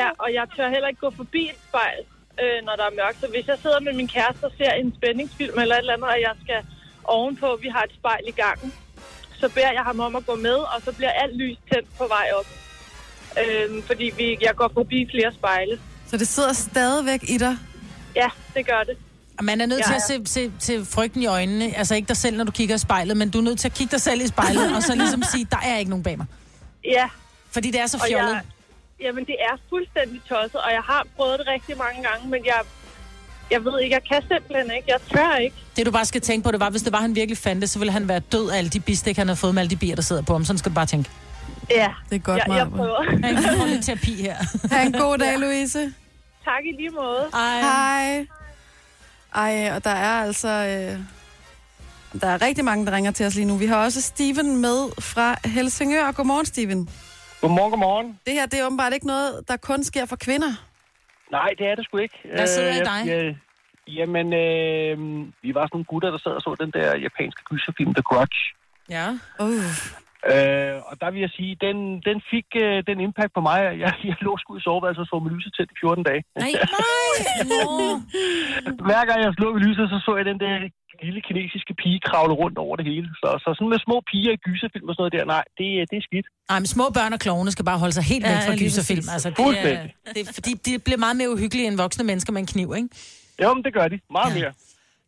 Ja, og jeg tør heller ikke gå forbi et spejl, øh, når der er mørkt. Så hvis jeg sidder med min kæreste og ser en spændingsfilm eller et eller andet, og jeg skal ovenpå, vi har et spejl i gangen, så beder jeg ham om at gå med, og så bliver alt lys tændt på vej op. Øh, fordi vi, jeg går forbi flere spejle.
Så det sidder stadigvæk i dig.
Ja, det gør det.
Og man er nødt
Ja,
til at se, se, se frygten i øjnene. Altså ikke dig selv, når du kigger i spejlet, men du er nødt til at kigge dig selv i spejlet, og så ligesom sige, der er ikke nogen bag mig.
Ja,
Fordi det er så
Og
fjollet.
jeg, jamen, det er fuldstændig tosset, og jeg har prøvet det rigtig mange gange, men jeg, jeg ved ikke, jeg kan simpelthen ikke. Jeg tør ikke.
Det du bare skal tænke på, det var, hvis det var, han virkelig fandt det, så ville han være død af alle de bistik, han havde fået med alle de bier, der sidder på ham. Sådan skal du bare tænke.
Ja,
Det er godt,
jeg, jeg
Maja.
prøver.
Jeg kan få lidt terapi her.
Ha' en god dag, Louise.
tak i lige måde.
Ej.
Hej. Ej, og der er altså... Øh, der er rigtig mange, der ringer til os lige nu. Vi har også Steven med fra Helsingør. Godmorgen, Steven.
Godmorgen, godmorgen.
Det her, det er åbenbart ikke noget, der kun sker for kvinder.
Nej, det er det sgu ikke.
Hvad sidder i
Øh,
dig?
jeg- Jamen, øh, vi var sådan nogle gutter, der sad og så den der japanske gyserfilm, The Grudge.
Ja.
Uh.
Øh, og der vil jeg sige, den, den fik øh, den impact på mig. at Jeg, (laughs) jeg lå sgu i soveværelset og så med lyset tændt i 14 dage. (laughs)
Nej. Nå.
Hver gang jeg slog med lyset, så så jeg den der lille kinesiske pige kravle rundt over det hele. Så, så sådan med små piger i gyserfilm og sådan noget der, nej, det, øh, det er skidt.
Ej, men små børn og klovne skal bare holde sig helt
Ja,
ja, væk fra
lige
gyserfilm.
præcis.
Altså, det er,
Fuldstændig.
det er, fordi de bliver meget mere uhyggelige end voksne mennesker med en kniv, ikke?
Jo, men det gør de. Meget
Ja.
mere.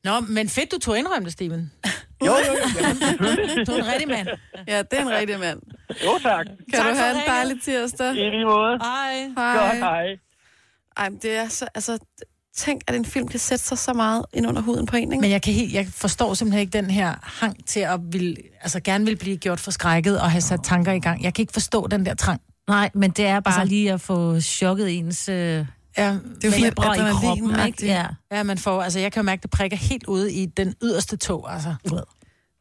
Nå, men fedt, du tog indrømme det, Steven.
Jo, jo,
(laughs)
jo. Jamen, selvfølgelig.
Du er en rigtig mand.
Ja, det er en rigtig mand.
Jo, tak.
Kan
Tak
du
for
have en
ringet.
dejlig tirsdag?
I lige måde.
Ej.
Godt,
Hej.
hej.
Ej, men det er så... Altså, tænk, at en film kan sætte sig så meget ind under huden på en, ikke?
Men jeg, kan helt, jeg forstår simpelthen ikke den her hang til at vil, altså gerne vil blive gjort forskrækket og have sat tanker i gang. Jeg kan ikke forstå den der trang.
Nej, men det er bare altså, lige at få chokket ens øh,
Ja, det
jo fint,
fibre i
adrenalin-agtigt.
kroppen, ikke? Ja.
Ja, man får, altså jeg kan jo mærke, det prikker helt ude i den yderste tog, altså.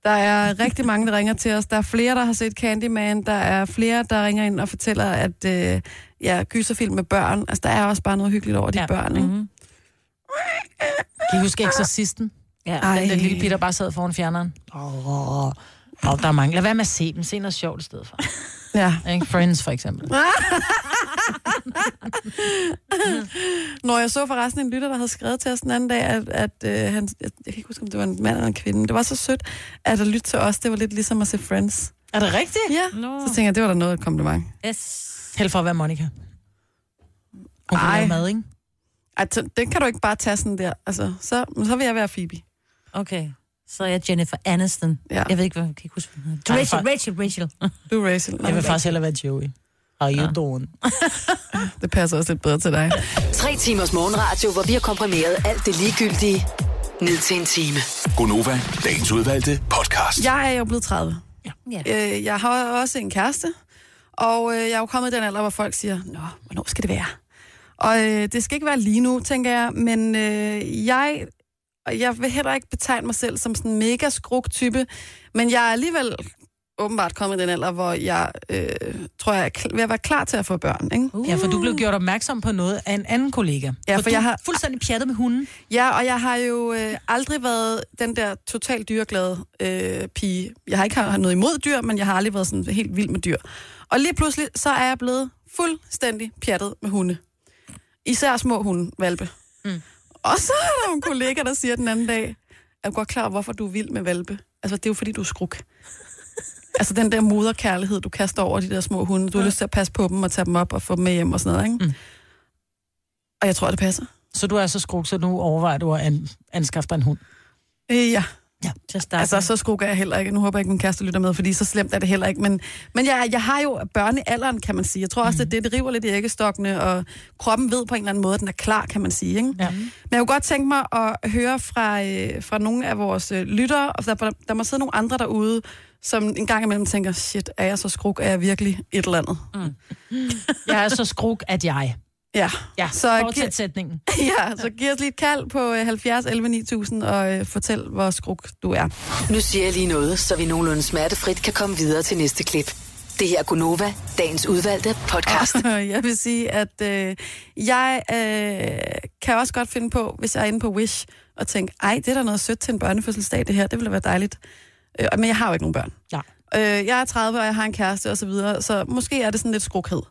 Der er rigtig mange, der ringer til os. Der er flere, der har set Candyman. Der er flere, der ringer ind og fortæller, at øh, ja, gyserfilm med børn. Altså, der er også bare noget hyggeligt over de
Ja. Mhm.
ja. børn, ikke?
Mm-hmm.
Kan I huske Exorcisten?
ja.
Ej.
Den der lille pige, der bare sad foran fjerneren. Åh, oh, der er mange. Lad være med at se dem. Se noget sjovt i stedet for.
Ja.
Ikke? Friends, for eksempel.
(laughs) Når jeg så forresten en lytter, der havde skrevet til os den anden dag, at, at øh, han, jeg, jeg kan ikke huske, om det var en mand eller en kvinde, det var så sødt, at at lytte til os, det var lidt ligesom at se Friends.
Er det rigtigt?
Ja,
Nå.
så tænker jeg, det var da noget af et kompliment.
Yes.
Held for at være Monika. Hun kan
Ej.
lave mad, ikke?
Ej, så- den kan du ikke bare tage sådan der. Altså, så, men så vil jeg være Phoebe.
Okay. så er jeg Jennifer Aniston.
Ja.
Ja. Jeg ved ikke, hvad jeg kan ikke huske, hvad hun hedder.
Ej,
Rachel,
for-
Rachel, Rachel.
Du er Rachel. Nå,
Jeg vil faktisk hellere være Joey. How you doing?
(laughs) Det passer også lidt bedre til dig.
Tre timers morgenradio, hvor vi har komprimeret alt det ligegyldige ned til en time.
Gonova, dagens udvalgte podcast. Ja.
Jeg er jo blevet 30.
Ja.
Øh, jeg har også en kæreste, og øh, jeg er jo kommet i den alder, hvor folk siger, Nå, hvornår skal det være? Og øh, det skal ikke være lige nu, tænker jeg, men øh, jeg, og jeg vil heller ikke betegne mig selv som sådan en mega skruk type, men jeg er alligevel åbenbart kommet i den alder, hvor jeg øh, tror, jeg er kl- ved at være klar til at få børn. Ikke?
Uh.
Ja, for du blev gjort opmærksom på noget af en anden kollega.
Ja, for
du
jeg har-
fuldstændig pjattet med hunden.
Ja, og jeg har jo øh, aldrig været den der totalt dyreglade øh, pige. Jeg har ikke haft noget imod dyr, men jeg har aldrig været sådan helt vild med dyr. Og lige pludselig, så er jeg blevet fuldstændig pjattet med hunde. Især små hunde, valpe. Mm. Og så er der en kollega, der siger den anden dag, jeg er godt klar over, hvorfor du er vild med valpe. Altså, det er jo fordi, du er skruk. Altså, den der moderkærlighed, du kaster over de der små hunde. Du har lyst til at passe på dem og tage dem op og få dem med hjem og sådan noget, ikke?
Mm.
Mm. Og jeg tror, det passer.
Så du er så skruk, så nu overvejer du at an, anskaffe dig en hund.
Øh, ja.
Ja,
Til at starte
Altså,
med.
så skrukker jeg heller ikke. Nu håber jeg ikke, min kæreste lytter med, fordi så slemt er det heller ikke. Men, men jeg, jeg har jo børnealderen, kan man sige. Jeg tror også,
Mhm.
at det, det river lidt i æggestokkene, og kroppen ved på en eller anden måde, at den er klar, kan man sige. Ikke?
Ja.
Men jeg kunne godt tænke mig at høre fra, øh, fra nogle af vores øh, lyttere, og der, der må sidde nogle andre derude, som en gang imellem tænker, shit, er jeg så skruk? Er jeg virkelig et eller andet?
Mm. Jeg er så skruk, at jeg...
Ja,
Ja,
Så-
så fortsæt sætningen.
(laughs) ja så giv os lige et kald på øh, 70 11 9000 og øh, fortæl, hvor skruk du er.
Nu siger jeg lige noget, så vi nogenlunde smertefrit kan komme videre til næste klip. Det her er Gunova, dagens udvalgte
(laughs)
podcast.
Jeg vil sige, at øh, jeg øh, kan også godt finde på, hvis jeg er inde på Wish, og tænke, ej, det er da noget sødt til en børnefødselsdag, det her, det ville da være dejligt. Øh, men jeg har jo ikke nogen børn.
Nej.
Øh, jeg er 30, og jeg har en kæreste og så videre, så måske er det sådan lidt skrukhed,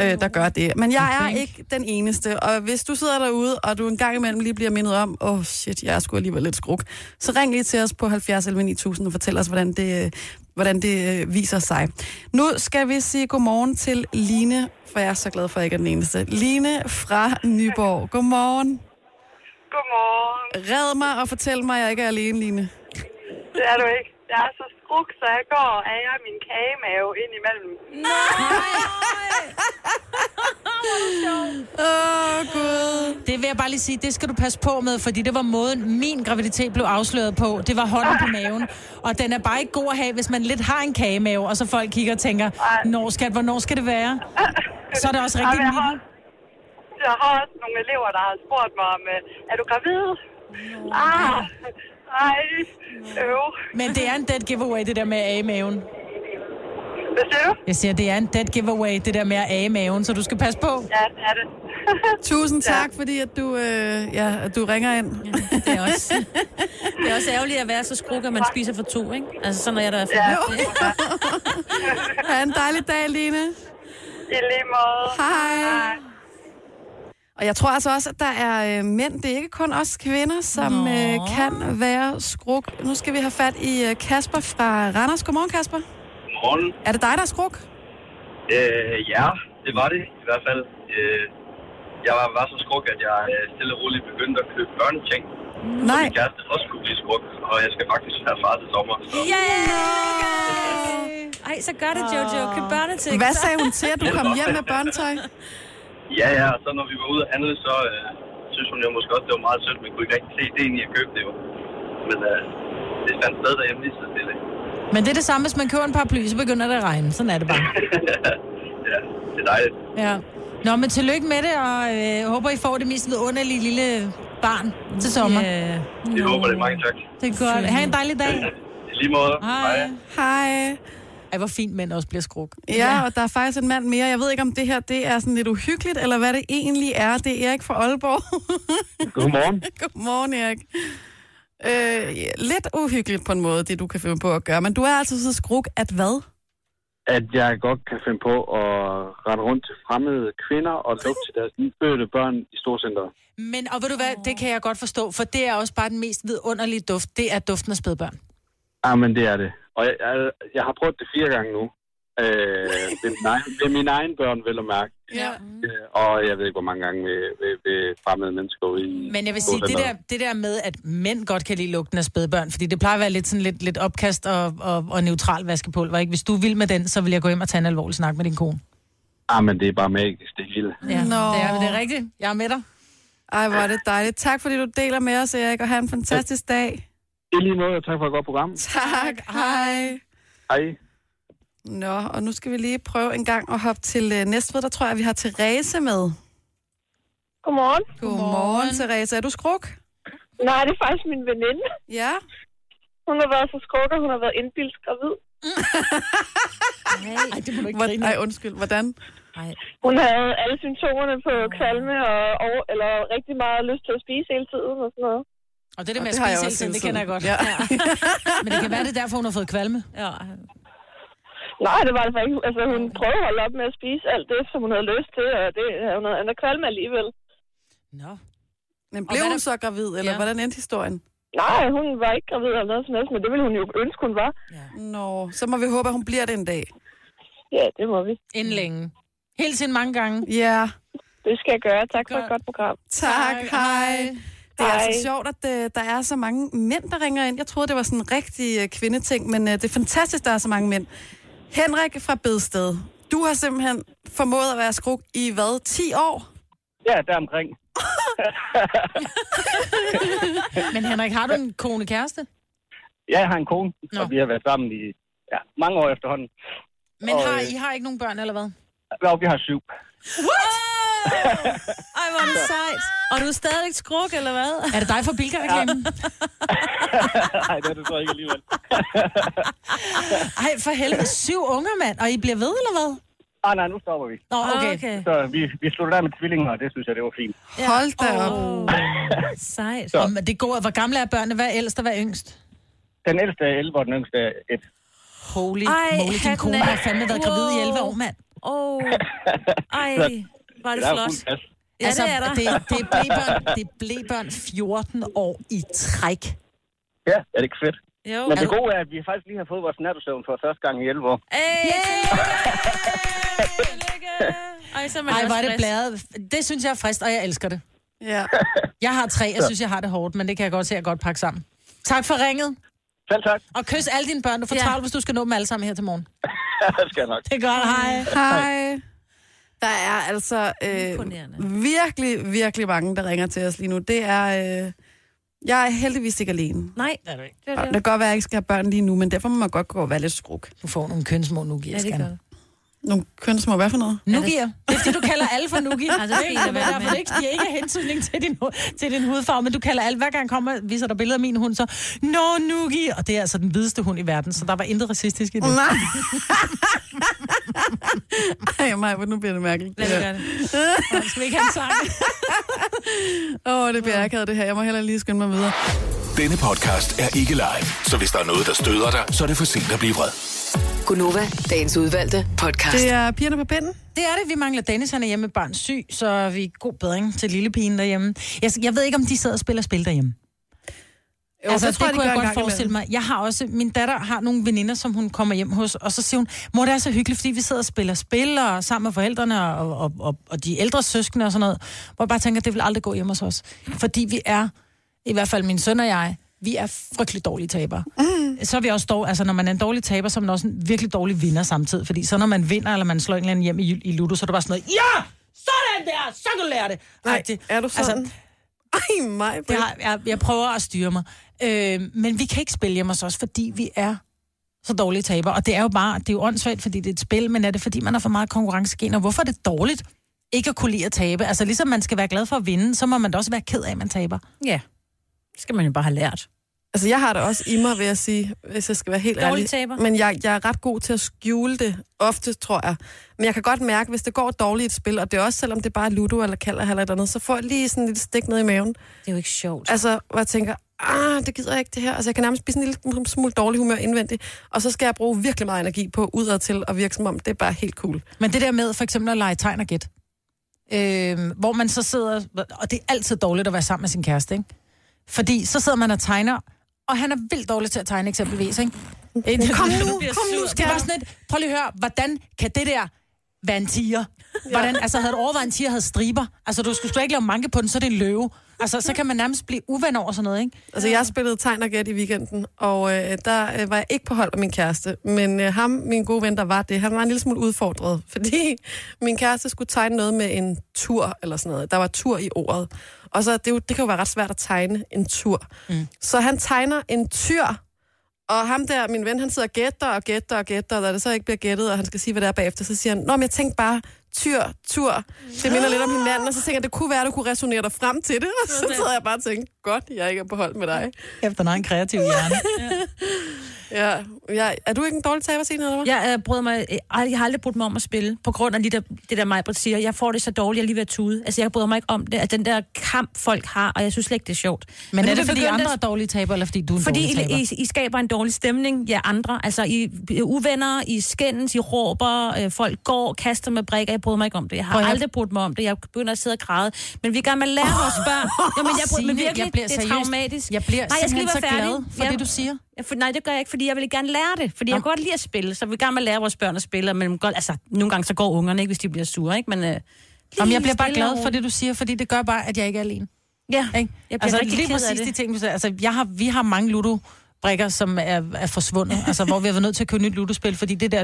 øh, der gør det. Men jeg er ikke den eneste, og hvis du sidder derude, og du en gang imellem lige bliver mindet om, åh oh, shit, jeg er sgu alligevel lidt skruk, så ring lige til os på 70 11 9000 og fortæl os, hvordan det, øh, hvordan det øh, viser sig. Nu skal vi sige godmorgen til Line, for jeg er så glad for, at jeg ikke er den eneste. Line fra Nyborg. Godmorgen.
Godmorgen.
Red mig og fortæl mig, at jeg ikke er alene, Line.
Det er du ikke. Jeg er så skruk, så jeg går og ærer min kagemave ind imellem.
Åh, oh, Gud.
Det vil jeg bare lige sige, det skal du passe på med, fordi det var måden, min graviditet blev afsløret på. Det var hånden på maven. Og den er bare ikke god at have, hvis man lidt har en kagemave, og så folk kigger og tænker, når skal, hvornår skal det være? Så er det også rigtig
Jamen, jeg, har,
lille.
jeg har også nogle elever, der har spurgt mig om, øh, er du gravid? Ah, nej, øv.
Men det er en dead giveaway, det der med at age maven.
Hvad siger du?
Jeg siger, det er en dead giveaway, det der med at age maven, så du skal passe på.
Ja, det er det. (laughs)
Tusind tak, ja. fordi at du, øh, ja, at du ringer ind. Ja.
Det er også, det er også ærgerligt at være så skruk, at man spiser for to, ikke? Altså, sådan er jeg, der er for
Ja.
(laughs) det.
Ha' (laughs) en dejlig dag, Line.
I lige måde.
Hej.
Hej.
Og jeg tror altså også, at der er øh, mænd. Det er ikke kun os kvinder, som
Nå.
øh, kan være skruk. Nu skal vi have fat i øh, Kasper fra Randers. Godmorgen, Kasper.
Morgen.
Er det dig, der er skruk?
Øh, ja, det var det i hvert fald. Øh, jeg var, var så skruk, at jeg øh, stille og roligt begyndte at købe børneting.
Nej.
Min kæreste også kunne blive skruk, og jeg skal faktisk have far til sommer. Så.
Yeah! Ej, så gør det, Jojo. Køb børneting.
Hvad sagde hun til, at du kom hjem med
(laughs)
børnetøj?
Ja, ja, og så når vi var ude og handle, så øh, synes hun jo måske også, det var meget sødt, men kunne ikke rigtig se det egentlig at købe det jo. Men øh, det fandt sted derhjemme lige så stille.
Men det er det samme, hvis man køber en paraply, så begynder det at regne. Sådan er det bare.
ja, det er dejligt.
Ja. Nå, men tillykke med det, og øh, håber, I får det mest vidunderlige lille barn til sommer. Yeah.
Yeah.
Jeg håber det. Mange tak.
Det er godt. Ha' en dejlig dag.
I lige måde.
Hej.
Hej.
Ej, hvor fint mænd også bliver skruk.
Ja, og der er faktisk en mand mere. Jeg ved ikke, om det her det er sådan lidt uhyggeligt, eller hvad det egentlig er. Det er Erik fra Aalborg.
Godmorgen.
(laughs) Godmorgen, Erik. Øh, ja, lidt uhyggeligt på en måde, det du kan finde på at gøre. Men du er altså så skruk, at hvad?
At jeg godt kan finde på at rette rundt til fremmede kvinder og lukke til deres nyfødte børn i storcenteret.
Men, og ved du hvad, det kan jeg godt forstå, for det er også bare den mest vidunderlige duft. Det er duften af spædbørn.
Ja, men det er det. Og jeg, jeg, jeg har prøvet det fire gange nu, Øh, det, er min egen, det er mine egne børn, vel at mærke.
Ja.
Øh, Og jeg ved ikke, hvor mange gange ved, ved, ved fremmede mennesker ude i...
Men jeg vil sige, det der, det der med, at mænd godt kan lide lugten af spædbørn, fordi det plejer at være lidt, sådan lidt, lidt opkast og, og, og neutral vaskepulver, ikke? Hvis du vil med den, så vil jeg gå hjem og tage en alvorlig snak med din kone.
Ah, men det er bare magisk, det hele.
Ja,
Nå.
det, er, det er rigtigt. Jeg er med dig.
Ej, hvor er det dejligt. Tak, fordi du deler med os, Erik, og have en fantastisk dag.
I lige måde, og tak for et godt program.
Tak, hej.
Hej.
Nå, og nu skal vi lige prøve en gang at hoppe til øh, Næstved. Der tror jeg, vi har Therese med.
Godmorgen.
Godmorgen, Therese. Er du skruk?
Nej, det er faktisk min veninde.
Ja.
Hun har været så skruk, at hun har været indbildt gravid.
Ej, det må du ikke
Hvor,
grine.
ej, undskyld. Hvordan?
Hun havde alle symptomerne på kvalme og, og eller rigtig meget lyst til at spise hele tiden og sådan noget.
Og det der
Og
med at
det har jeg
spise hele
også
tiden, det
hele
kender jeg godt.
tiden.
(laughs) Men det kan være, det er derfor, hun har fået kvalme.
Ja.
Nej, det var det faktisk. Altså, hun prøvede at holde op med at spise alt det, som hun havde lyst til, og det havde hun havde kvalme alligevel.
Nå.
Men blev
hvad
hun
der-
så gravid, eller
Ja.
hvordan endte historien?
Nej, hun var ikke gravid eller noget som helst, men det ville hun jo ønske, hun var.
Nå, så må vi håbe, at hun bliver det en dag.
Ja, det må vi.
Inden længe. Hele tiden mange gange.
Ja.
Det skal jeg gøre. Tak for
Godt.
et godt program.
Tak, hej. Det er
Hej.
altså sjovt, at øh, der er så mange mænd, der ringer ind. Jeg troede, det var sådan en rigtig øh, kvindeting, men øh, det er fantastisk, der er så mange mænd. Henrik fra Bedsted, du har simpelthen formået at være skruk i hvad, 10 år?
Ja, der omkring.
(laughs) Men Henrik, har du en kone kæreste?
Jeg har en kone,
Nå.
og vi har været sammen i ja, mange år efterhånden.
Men
Og,
har,
øh,
I har ikke nogen børn, eller hvad?
Ja, vi har syv.
Ej, hvor er det sejt. Og du er stadigvæk skruk, eller hvad?
Er det dig for bilka-reklamen?
(laughs) Nej, det er det så ikke alligevel.
Ej, for helvede. Syv unger, mand. Og I bliver ved, eller hvad?
Ah, nej, nu stopper vi.
Nå, okay.
Ah, okay.
Så vi, vi slutter der med tvillinger, og det synes jeg, det var fint.
Ja. Hold da op.
Oh, sejt.
Så.
Om det er gode, hvor gamle er børnene? Hvad er ældst og hvad er yngst?
Den ældste er 11, og den yngste er 1.
Holy
Ej,
moly, din
hatten
kone
af.
har fandme været gravid i
Wow.
11 år, mand.
(laughs)
Åh, oh. ej, var det
Der er
flot.
fuld plads.
Ja, det er der.
det, Altså, det, er blebørn, det er blebørn 14 år i træk.
Ja, er det ikke fedt?
Jo.
Men
Altså-
det gode er, at vi faktisk lige har fået vores nattesøvn for første gang i 11 år.
Ej, tillykke! Tillykke! Ej, så er man
Ej,
også
hvor er det
frisk.
bladet. Det synes jeg er frist, og jeg elsker det.
Ja.
Jeg har tre, jeg synes, jeg har det hårdt, men det kan jeg godt se, at jeg godt pakke sammen. Tak for ringet,
Selv tak.
og kys alle dine børn. Du får
Ja.
travlt, hvis du skal nå dem alle sammen her til morgen.
det skal jeg nok.
Det er godt, hej.
Hej. Der er altså
Imponerende.
øh, virkelig, virkelig mange, der ringer til os lige nu. Det er... Øh, jeg er heldigvis ikke alene.
Nej,
Det er du ikke.
det er
Og Det
det.
kan godt være, at jeg ikke skal have børn lige nu, men derfor må man godt gå og være lidt skruk.
Du får nogle kønsmå nugier,
Ja, det
Skanne.
gør det.
Nogle kønsmå, hvad for noget?
Nugier. Det er fordi, du kalder alle for nugi.
Altså, det er fint at være
derfor,
med.
det ikke, det er ikke af hensynning til din, hu- til din hudfarve, men du kalder alle, hver gang kommer, viser dig billeder af min hund, så, Nå, nugi, og det er altså den hvideste hund i verden, så der var intet racistisk i det.
Nej. (laughs) Ej, Maja, hvor nu bliver det mærkeligt.
Lad
det
det
her.
gøre det.
Skal vi ikke have en sang?
(laughs) Åh, oh, det bliver akavet det her. Jeg må hellere lige skynde mig videre.
Denne podcast er ikke live, så hvis der er noget, der støder dig, så er det for sent at blive vred.
Gunova, dagens udvalgte podcast.
Det er pigerne på pinden.
Det er det. Vi mangler Dennis, han er hjemme med barn syg, så vi god bedring til lille pigen derhjemme. Jeg, jeg ved ikke, om de sidder og spiller spil derhjemme.
Jo,
altså,
det
det,
tror jeg, de
kunne
gør
jeg
en
godt
gang
forestille mig. Jeg har også, min datter har nogle veninder, som hun kommer hjem hos, og så siger hun, mor, det er så hyggeligt, fordi vi sidder og spiller spil, og sammen med forældrene og, og, og, og de ældre søskende og sådan noget, hvor jeg bare tænker, det vil aldrig gå hjem hos os. Fordi vi er, i hvert fald min søn og jeg, vi er frygtelig dårlige tabere. Mm. Så er vi også dog, altså når man er en dårlig taber, så er man også en virkelig dårlig vinder samtidig. Fordi så når man vinder, eller man slår en eller anden hjem i, i Ludo, så er det bare sådan noget, ja, sådan der, så kan du lære det.
Nej,
Agtigt.
er du sådan? Altså, Ej, mig.
Det har, jeg, jeg prøver at styre mig. Øh, men vi kan ikke spille hjemme hos os, fordi vi er så dårlige taber. Og det er jo bare, det er jo åndssvagt, fordi det er et spil, men er det fordi, man har for meget konkurrencegener? Hvorfor er det dårligt ikke at kunne lide at tabe? Altså ligesom man skal være glad for at vinde, så må man da også være ked af, at man taber.
Ja. Det skal man jo bare have lært.
Altså, jeg har det også i mig, vil jeg sige, hvis jeg skal være helt
Dårlig
ærlig.
taber.
Men jeg, jeg er ret god til at skjule det, ofte, tror jeg. Men jeg kan godt mærke, hvis det går dårligt i et spil, og det er også, selvom det bare er Ludo eller Kald eller et andet, så får jeg lige sådan et lille stik ned i maven.
Det er jo ikke sjovt.
Altså, hvor jeg tænker, ah, det gider jeg ikke det her. Altså, jeg kan nærmest blive sådan en lille smule dårlig humør indvendigt. Og så skal jeg bruge virkelig meget energi på udad til at virke som om, det er bare helt cool.
Men det der med for eksempel at lege tegn og gæt, øh, hvor man så sidder, og det er altid dårligt at være sammen med sin kæreste, ikke? Fordi så sidder man og tegner, og han er vildt dårlig til at tegne eksempelvis, ikke? (laughs)
Kom nu,
kom nu, skal bare sådan et, prøv lige at høre, hvordan kan det der være en tiger? Hvordan, altså havde du overvejet, at en tiger havde striber? Altså du skulle slet ikke lave manke på den, så er det en løve. Altså så kan man nærmest blive uven over sådan noget, ikke?
Altså, jeg spillede tegn og gæt i weekenden, og øh, der øh, var jeg ikke på hold med min kæreste. Men øh, ham, min gode ven, der var det, han var en lille smule udfordret, (laughs) fordi min kæreste skulle tegne noget med en tur eller sådan noget. Der var tur i ordet. Og så, det, er jo- det kan jo være ret svært at tegne en tur. (laughs) Mm. Så han tegner en tyr, og ham der, min ven, han sidder og gætter og gætter og gætter, og da det så ikke bliver gættet, og han skal sige, hvad det er bagefter, så siger han, Nå, men jeg tænkte bare, tyr, tur, det minder lidt om hinanden, og så tænker jeg, det kunne være, at du kunne resonere dig frem til det, og så sidder jeg bare og tænker, godt, jeg ikke er på hold med dig.
Efter en kreativ hjerne.
Ja, jeg, er du ikke en dårlig taber, Signe, eller hvad?
Jeg, øh, bryder mig, øh, ald- jeg har aldrig brugt mig om at spille, på grund af lige der, det der Majbrit siger, jeg får det så dårligt, jeg er lige ved at tude. Altså, jeg bryder mig ikke om det, at den der kamp, folk har, og jeg synes slet ikke, det er sjovt.
Men
nu
er
vi
det, fordi
begyndt at-
andre er dårlige taber, eller fordi du er en
Fordi
dårlig taber?
I, I, I skaber en dårlig stemning, ja andre. Altså, I er uvenner, I skændes, I råber, øh, folk går, kaster med brikker. Jeg bryder mig ikke om det. Jeg har
Prøv at-
aldrig brudt mig om det. Jeg begynder at sidde og græde. Men vi er i gang med at lære vores børn. Jamen, jeg bryder
Signe,
mig
(laughs)
virkelig.
jeg bliver
det er
seriøst-
traumatisk.
Jeg bliver
Nej, jeg skal lige
simpelthen
være
så
færdig.
glad for
Ja.
det, du siger.
Jeg, for, nej, det gør jeg ikke, fordi jeg vil gerne lære det. Fordi jeg kan godt lide at spille, så vi er i gang med at lære vores børn at spille. og Men godt, altså, nogle gange så går ungerne, ikke, hvis de bliver sure. Ikke? Men, øh,
Jamen, jeg
lige
bliver bare
stille og
glad for
roligt.
det, du siger, fordi det gør bare, at jeg ikke er alene.
Ja,
Ikke?
jeg bliver
altså,
rigtig
lige
ked af
præcis
det.
de ting, du sagde. altså, jeg har, vi har mange ludo brikker, som er, er forsvundet, altså hvor vi har været nødt til at købe nyt ludospil, fordi det der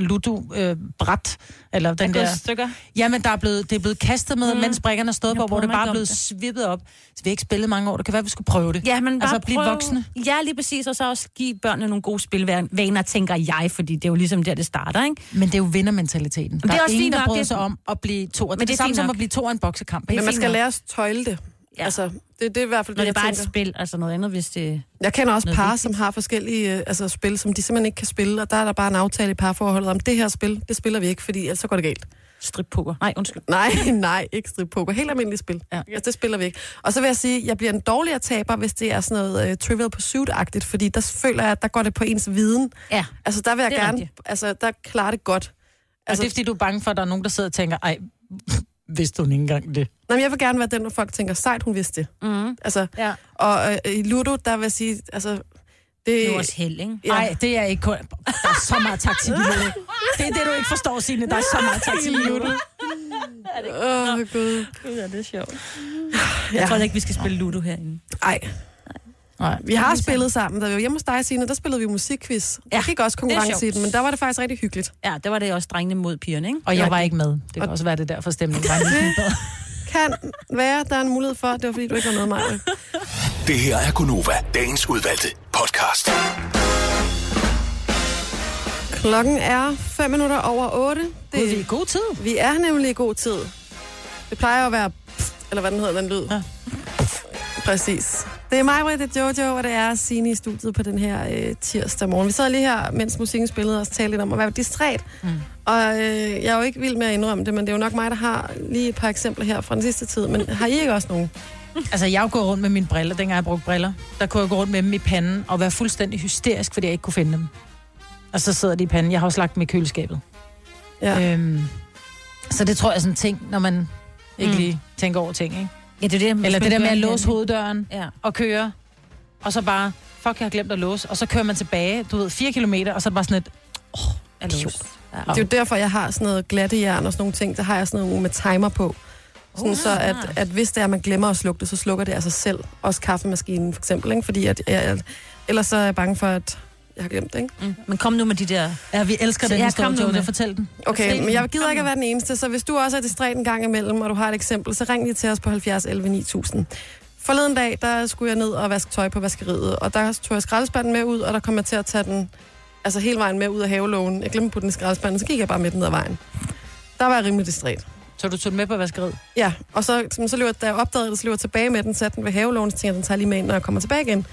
ludo-bræt, eller den
gået
der...
i stykker.
Jamen, der er blevet, det er blevet kastet med, mm. mens brikkerne stod på, hvor
bryder
det
mig
bare
ikke
er
om
blevet
det.
svippet op. Så vi har ikke spillet mange år. Det kan være, vi skulle prøve det.
Ja, men bare
altså, at blive
prøv-
voksne.
Ja, lige præcis. Og så også give børnene nogle gode spilvaner, tænker jeg, fordi det er jo ligesom der, det starter, ikke?
Men det er jo vindermentaliteten. Der
det er
er,
også
ingen,
fint
der
nok,
bryder
det-
sig om at blive to. Men det, er det
det er
samme
fint
som
nok.
at blive to af en boksekamp. ikke?
Men man skal
nok.
lære at tøjle det.
Ja.
Ja. Altså, det, det er i hvert fald
Når
det,
det er
jeg
bare
tænker.
et spil, altså noget andet,
(laughs)
hvis det...
Jeg kender også
noget
par,
vigtigt.
som har forskellige øh, altså, spil, som de simpelthen ikke kan spille, og der er der bare en aftale i parforholdet om, det her spil, det spiller vi ikke, fordi ellers så går det galt.
strippoker. Nej, undskyld.
Nej, (laughs) nej, ikke strippoker. Helt almindeligt spil. Ja. Altså, det spiller vi ikke. Og så vil jeg sige, at jeg bliver en dårligere taber, hvis det er sådan noget uh, Trivial Pursuit-agtigt, fordi der føler jeg, at der går det på ens viden.
Ja.
Altså, der vil jeg
Det er
gerne...
rigtigt.
Altså, der klarer det godt.
Altså, det er, fordi du er bange for, at der er nogen, der sidder og tænker, ej, vidste hun ikke engang det.
Nej, men jeg vil gerne være den, hvor folk tænker, sejt, hun vidste det.
Mm-hmm.
Mm. Altså,
Ja.
Og øh, i Ludo, der vil jeg sige, altså... Det,
Det er jo også held, ikke?
Ja.
Nej, det er ikke kun... Der er så meget taktik i livet. Det er det, du ikke forstår, Signe. Der er så meget taktik i livet.
Åh, oh, gud.
Ja, det er sjovt. Jeg tror ikke, vi skal spille Ludo herinde.
Ej,
Nej.
vi har spillet sammen. Da vi var hjemme hos dig, Signe, der spillede vi musikquiz. Ja. Der gik også konkurrence i
sjovt.
den, men der var det faktisk rigtig hyggeligt.
Ja, der var det også drengene mod pigerne, ikke?
Og jeg var ikke med. Det kan også være, det er derfor
(laughs)
stemningen var en lille smule bedre.
Kan være, der er en mulighed for. Det var, fordi du ikke var noget, Maja.
Det her er Gunova, dagens udvalgte podcast.
Klokken er 5 minutter over 8.
Gud, vi er i god tid.
vi er nemlig i god tid. Det plejer at være... pst, Eller hvad den hedder, den lyd. Ja. Præcis. Det er mig, Britt, det er Jojo, og det er Signe i studiet på den her øh, tirsdag morgen. Vi sad lige her, mens musikken spillede, og så talte lidt om at være distræt. Mm.
Hmm.
Og øh, jeg er jo ikke vild med at indrømme det, men det er jo nok mig, der har lige et par eksempler her fra den sidste tid. Men har I ikke også nogen?
Altså, jeg har jo gået rundt med mine briller, dengang jeg brugte briller. Der kunne jeg gå rundt med dem i panden og være fuldstændig hysterisk, fordi jeg ikke kunne finde dem. Og så sidder de i panden. Jeg har også lagt dem i køleskabet.
Ja.
Øhm, så det tror jeg er sådan en ting, når man
Mm.
ikke lige tænker over ting, ikke?
Ja, det er det.
Eller det der med at
Spille
låse
herinde.
hoveddøren
Ja.
og køre, og så bare, fuck, jeg har glemt at låse, og så kører man tilbage, du ved, fire kilometer, og så er det bare sådan et,
At låse. Ja.
Det er jo derfor, jeg har sådan noget glatte jern og sådan nogle ting. Der har jeg sådan nogle med timer på. Sådan så, at, at hvis det er, at man glemmer at slukke det, så slukker det af sig selv. Også kaffemaskinen for eksempel, ikke? Fordi at, jeg, jeg, ellers så er jeg bange for, at jeg har glemt det, ikke?
Mm. Men kom nu med de der...
ja, vi elsker
Så
den
jeg
historie,
kom nu
Joe,
med-
der fortæl den.
Okay,
Fortæl.
men jeg gider ikke at være den eneste, så hvis du også er distræt en gang imellem, og du har et eksempel, så ring lige til os på 70 11 9000. Forleden dag, der skulle jeg ned og vaske tøj på vaskeriet, og der tog jeg skraldespanden med ud, og der kom jeg til at tage den altså hele vejen med ud af havelågen. Jeg glemte at putte den i skraldespanden, så gik jeg bare med den ned ad vejen. Der var jeg rimelig distræt.
Så du tog den med på vaskeriet?
Ja, og så, så, så løb jeg, da jeg opdagede det, så løb jeg tilbage med den, satte den ved havelågen, så tænkte jeg, den tager jeg lige med ind, når jeg kommer tilbage igen.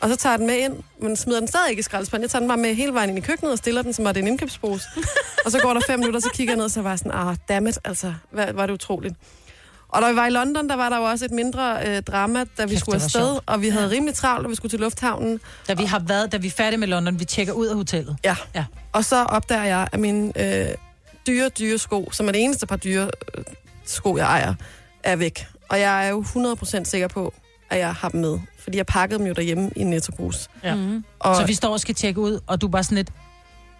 Og så tager jeg den med ind, men smider den stadig ikke i skraldespanden. Jeg tager den bare med hele vejen ind i køkkenet og stiller den, som var det en indkøbspose. og så går der fem minutter, så kigger jeg ned, og så var jeg sådan, ah, dammit, altså, hvad, var det utroligt. Og da vi var i London, der var der jo også et mindre øh, drama, da vi
Kæft,
Kæft, skulle
det var
afsted,
sjovt.
og vi havde rimelig travlt, og vi skulle til lufthavnen.
Da vi har været, da vi er færdige med London, vi tjekker ud af hotellet.
Ja.
Ja.
Og så opdager jeg, at mine øh, dyre, dyre sko, som er det eneste par dyre øh, sko, jeg ejer, er væk. Og jeg er jo 100% sikker på, at jeg har dem med. Fordi jeg pakkede dem jo derhjemme i en nettobrus.
Ja.
Mm. Og,
Så vi står og skal tjekke ud, og du er bare sådan lidt...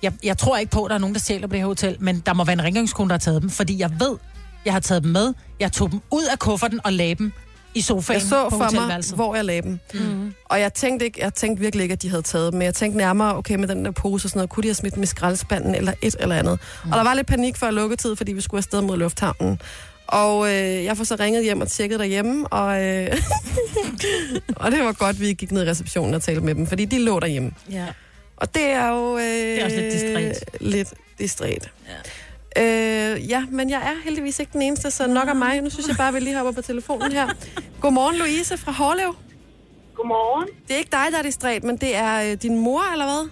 Jeg, jeg tror ikke på, at der er nogen, der stjæler på det her hotel, men der må være en rengøringskone, der har taget dem, fordi jeg ved, jeg har taget dem med. Jeg tog dem ud af kufferten og lagde dem i sofaen
jeg så
på
for (laughs) mig,
hotelværelset.
hvor jeg lagde dem. Mm. Og jeg tænkte, ikke, jeg tænkte virkelig ikke, at de havde taget dem, men jeg tænkte nærmere, okay, med den der pose og sådan noget, kunne de have smidt dem i skraldespanden eller et eller andet. Mm. Og der var lidt panik før lukketid, fordi vi skulle afsted mod lufthavnen. Og øh, jeg får så ringet hjem og tjekket derhjemme, og, øh, (laughs) og det var godt, vi gik ned i receptionen og talte med dem, fordi de lå derhjemme.
Ja.
Og det er jo... Øh, det
er også lidt distræt.
Lidt distræt. Ja. Øh, ja, men jeg er heldigvis ikke den eneste, så nok af mig. Nu synes jeg bare, at vi lige hopper på telefonen her. Godmorgen, Louise fra Hårlev.
Godmorgen.
Det er ikke dig, der er distræt, men det er øh, din mor, eller hvad?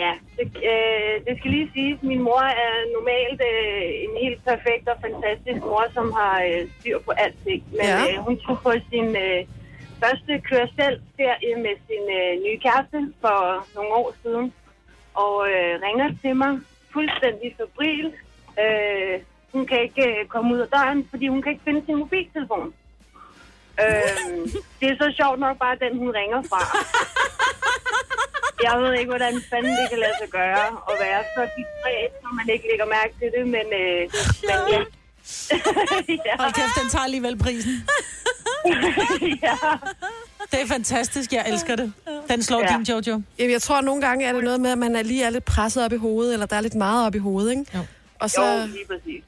Ja, det, øh, det skal lige siges, at min mor er normalt øh, en helt perfekt og fantastisk mor, som har øh, styr på alting. Men
Ja.
ja. øh, hun skulle på sin øh, første køre selv ferie med sin øh, nye kæreste for nogle år siden, og øh, ringer til mig fuldstændig febril. Øh, hun kan ikke øh, komme ud af døren, fordi hun kan ikke finde sin mobiltelefon.
(laughs)
Øh, det er så sjovt nok bare den, hun ringer fra. Jeg ved ikke, hvordan fanden det kan lade sig gøre at være så distræt, når man ikke lægger mærke til det, men, øh, men ja. (laughs) ja,
Hold kæft, den tager alligevel
(laughs)
prisen.
ja.
Det er fantastisk, jeg elsker det. Den slår ja.
Ja.
din, Jojo.
Jamen, jeg tror, at nogle gange er det noget med, at man er lige er lidt presset op i hovedet, eller der er lidt meget op i hovedet, ikke?
Jo.
Og
Jo,
så,
lige præcis.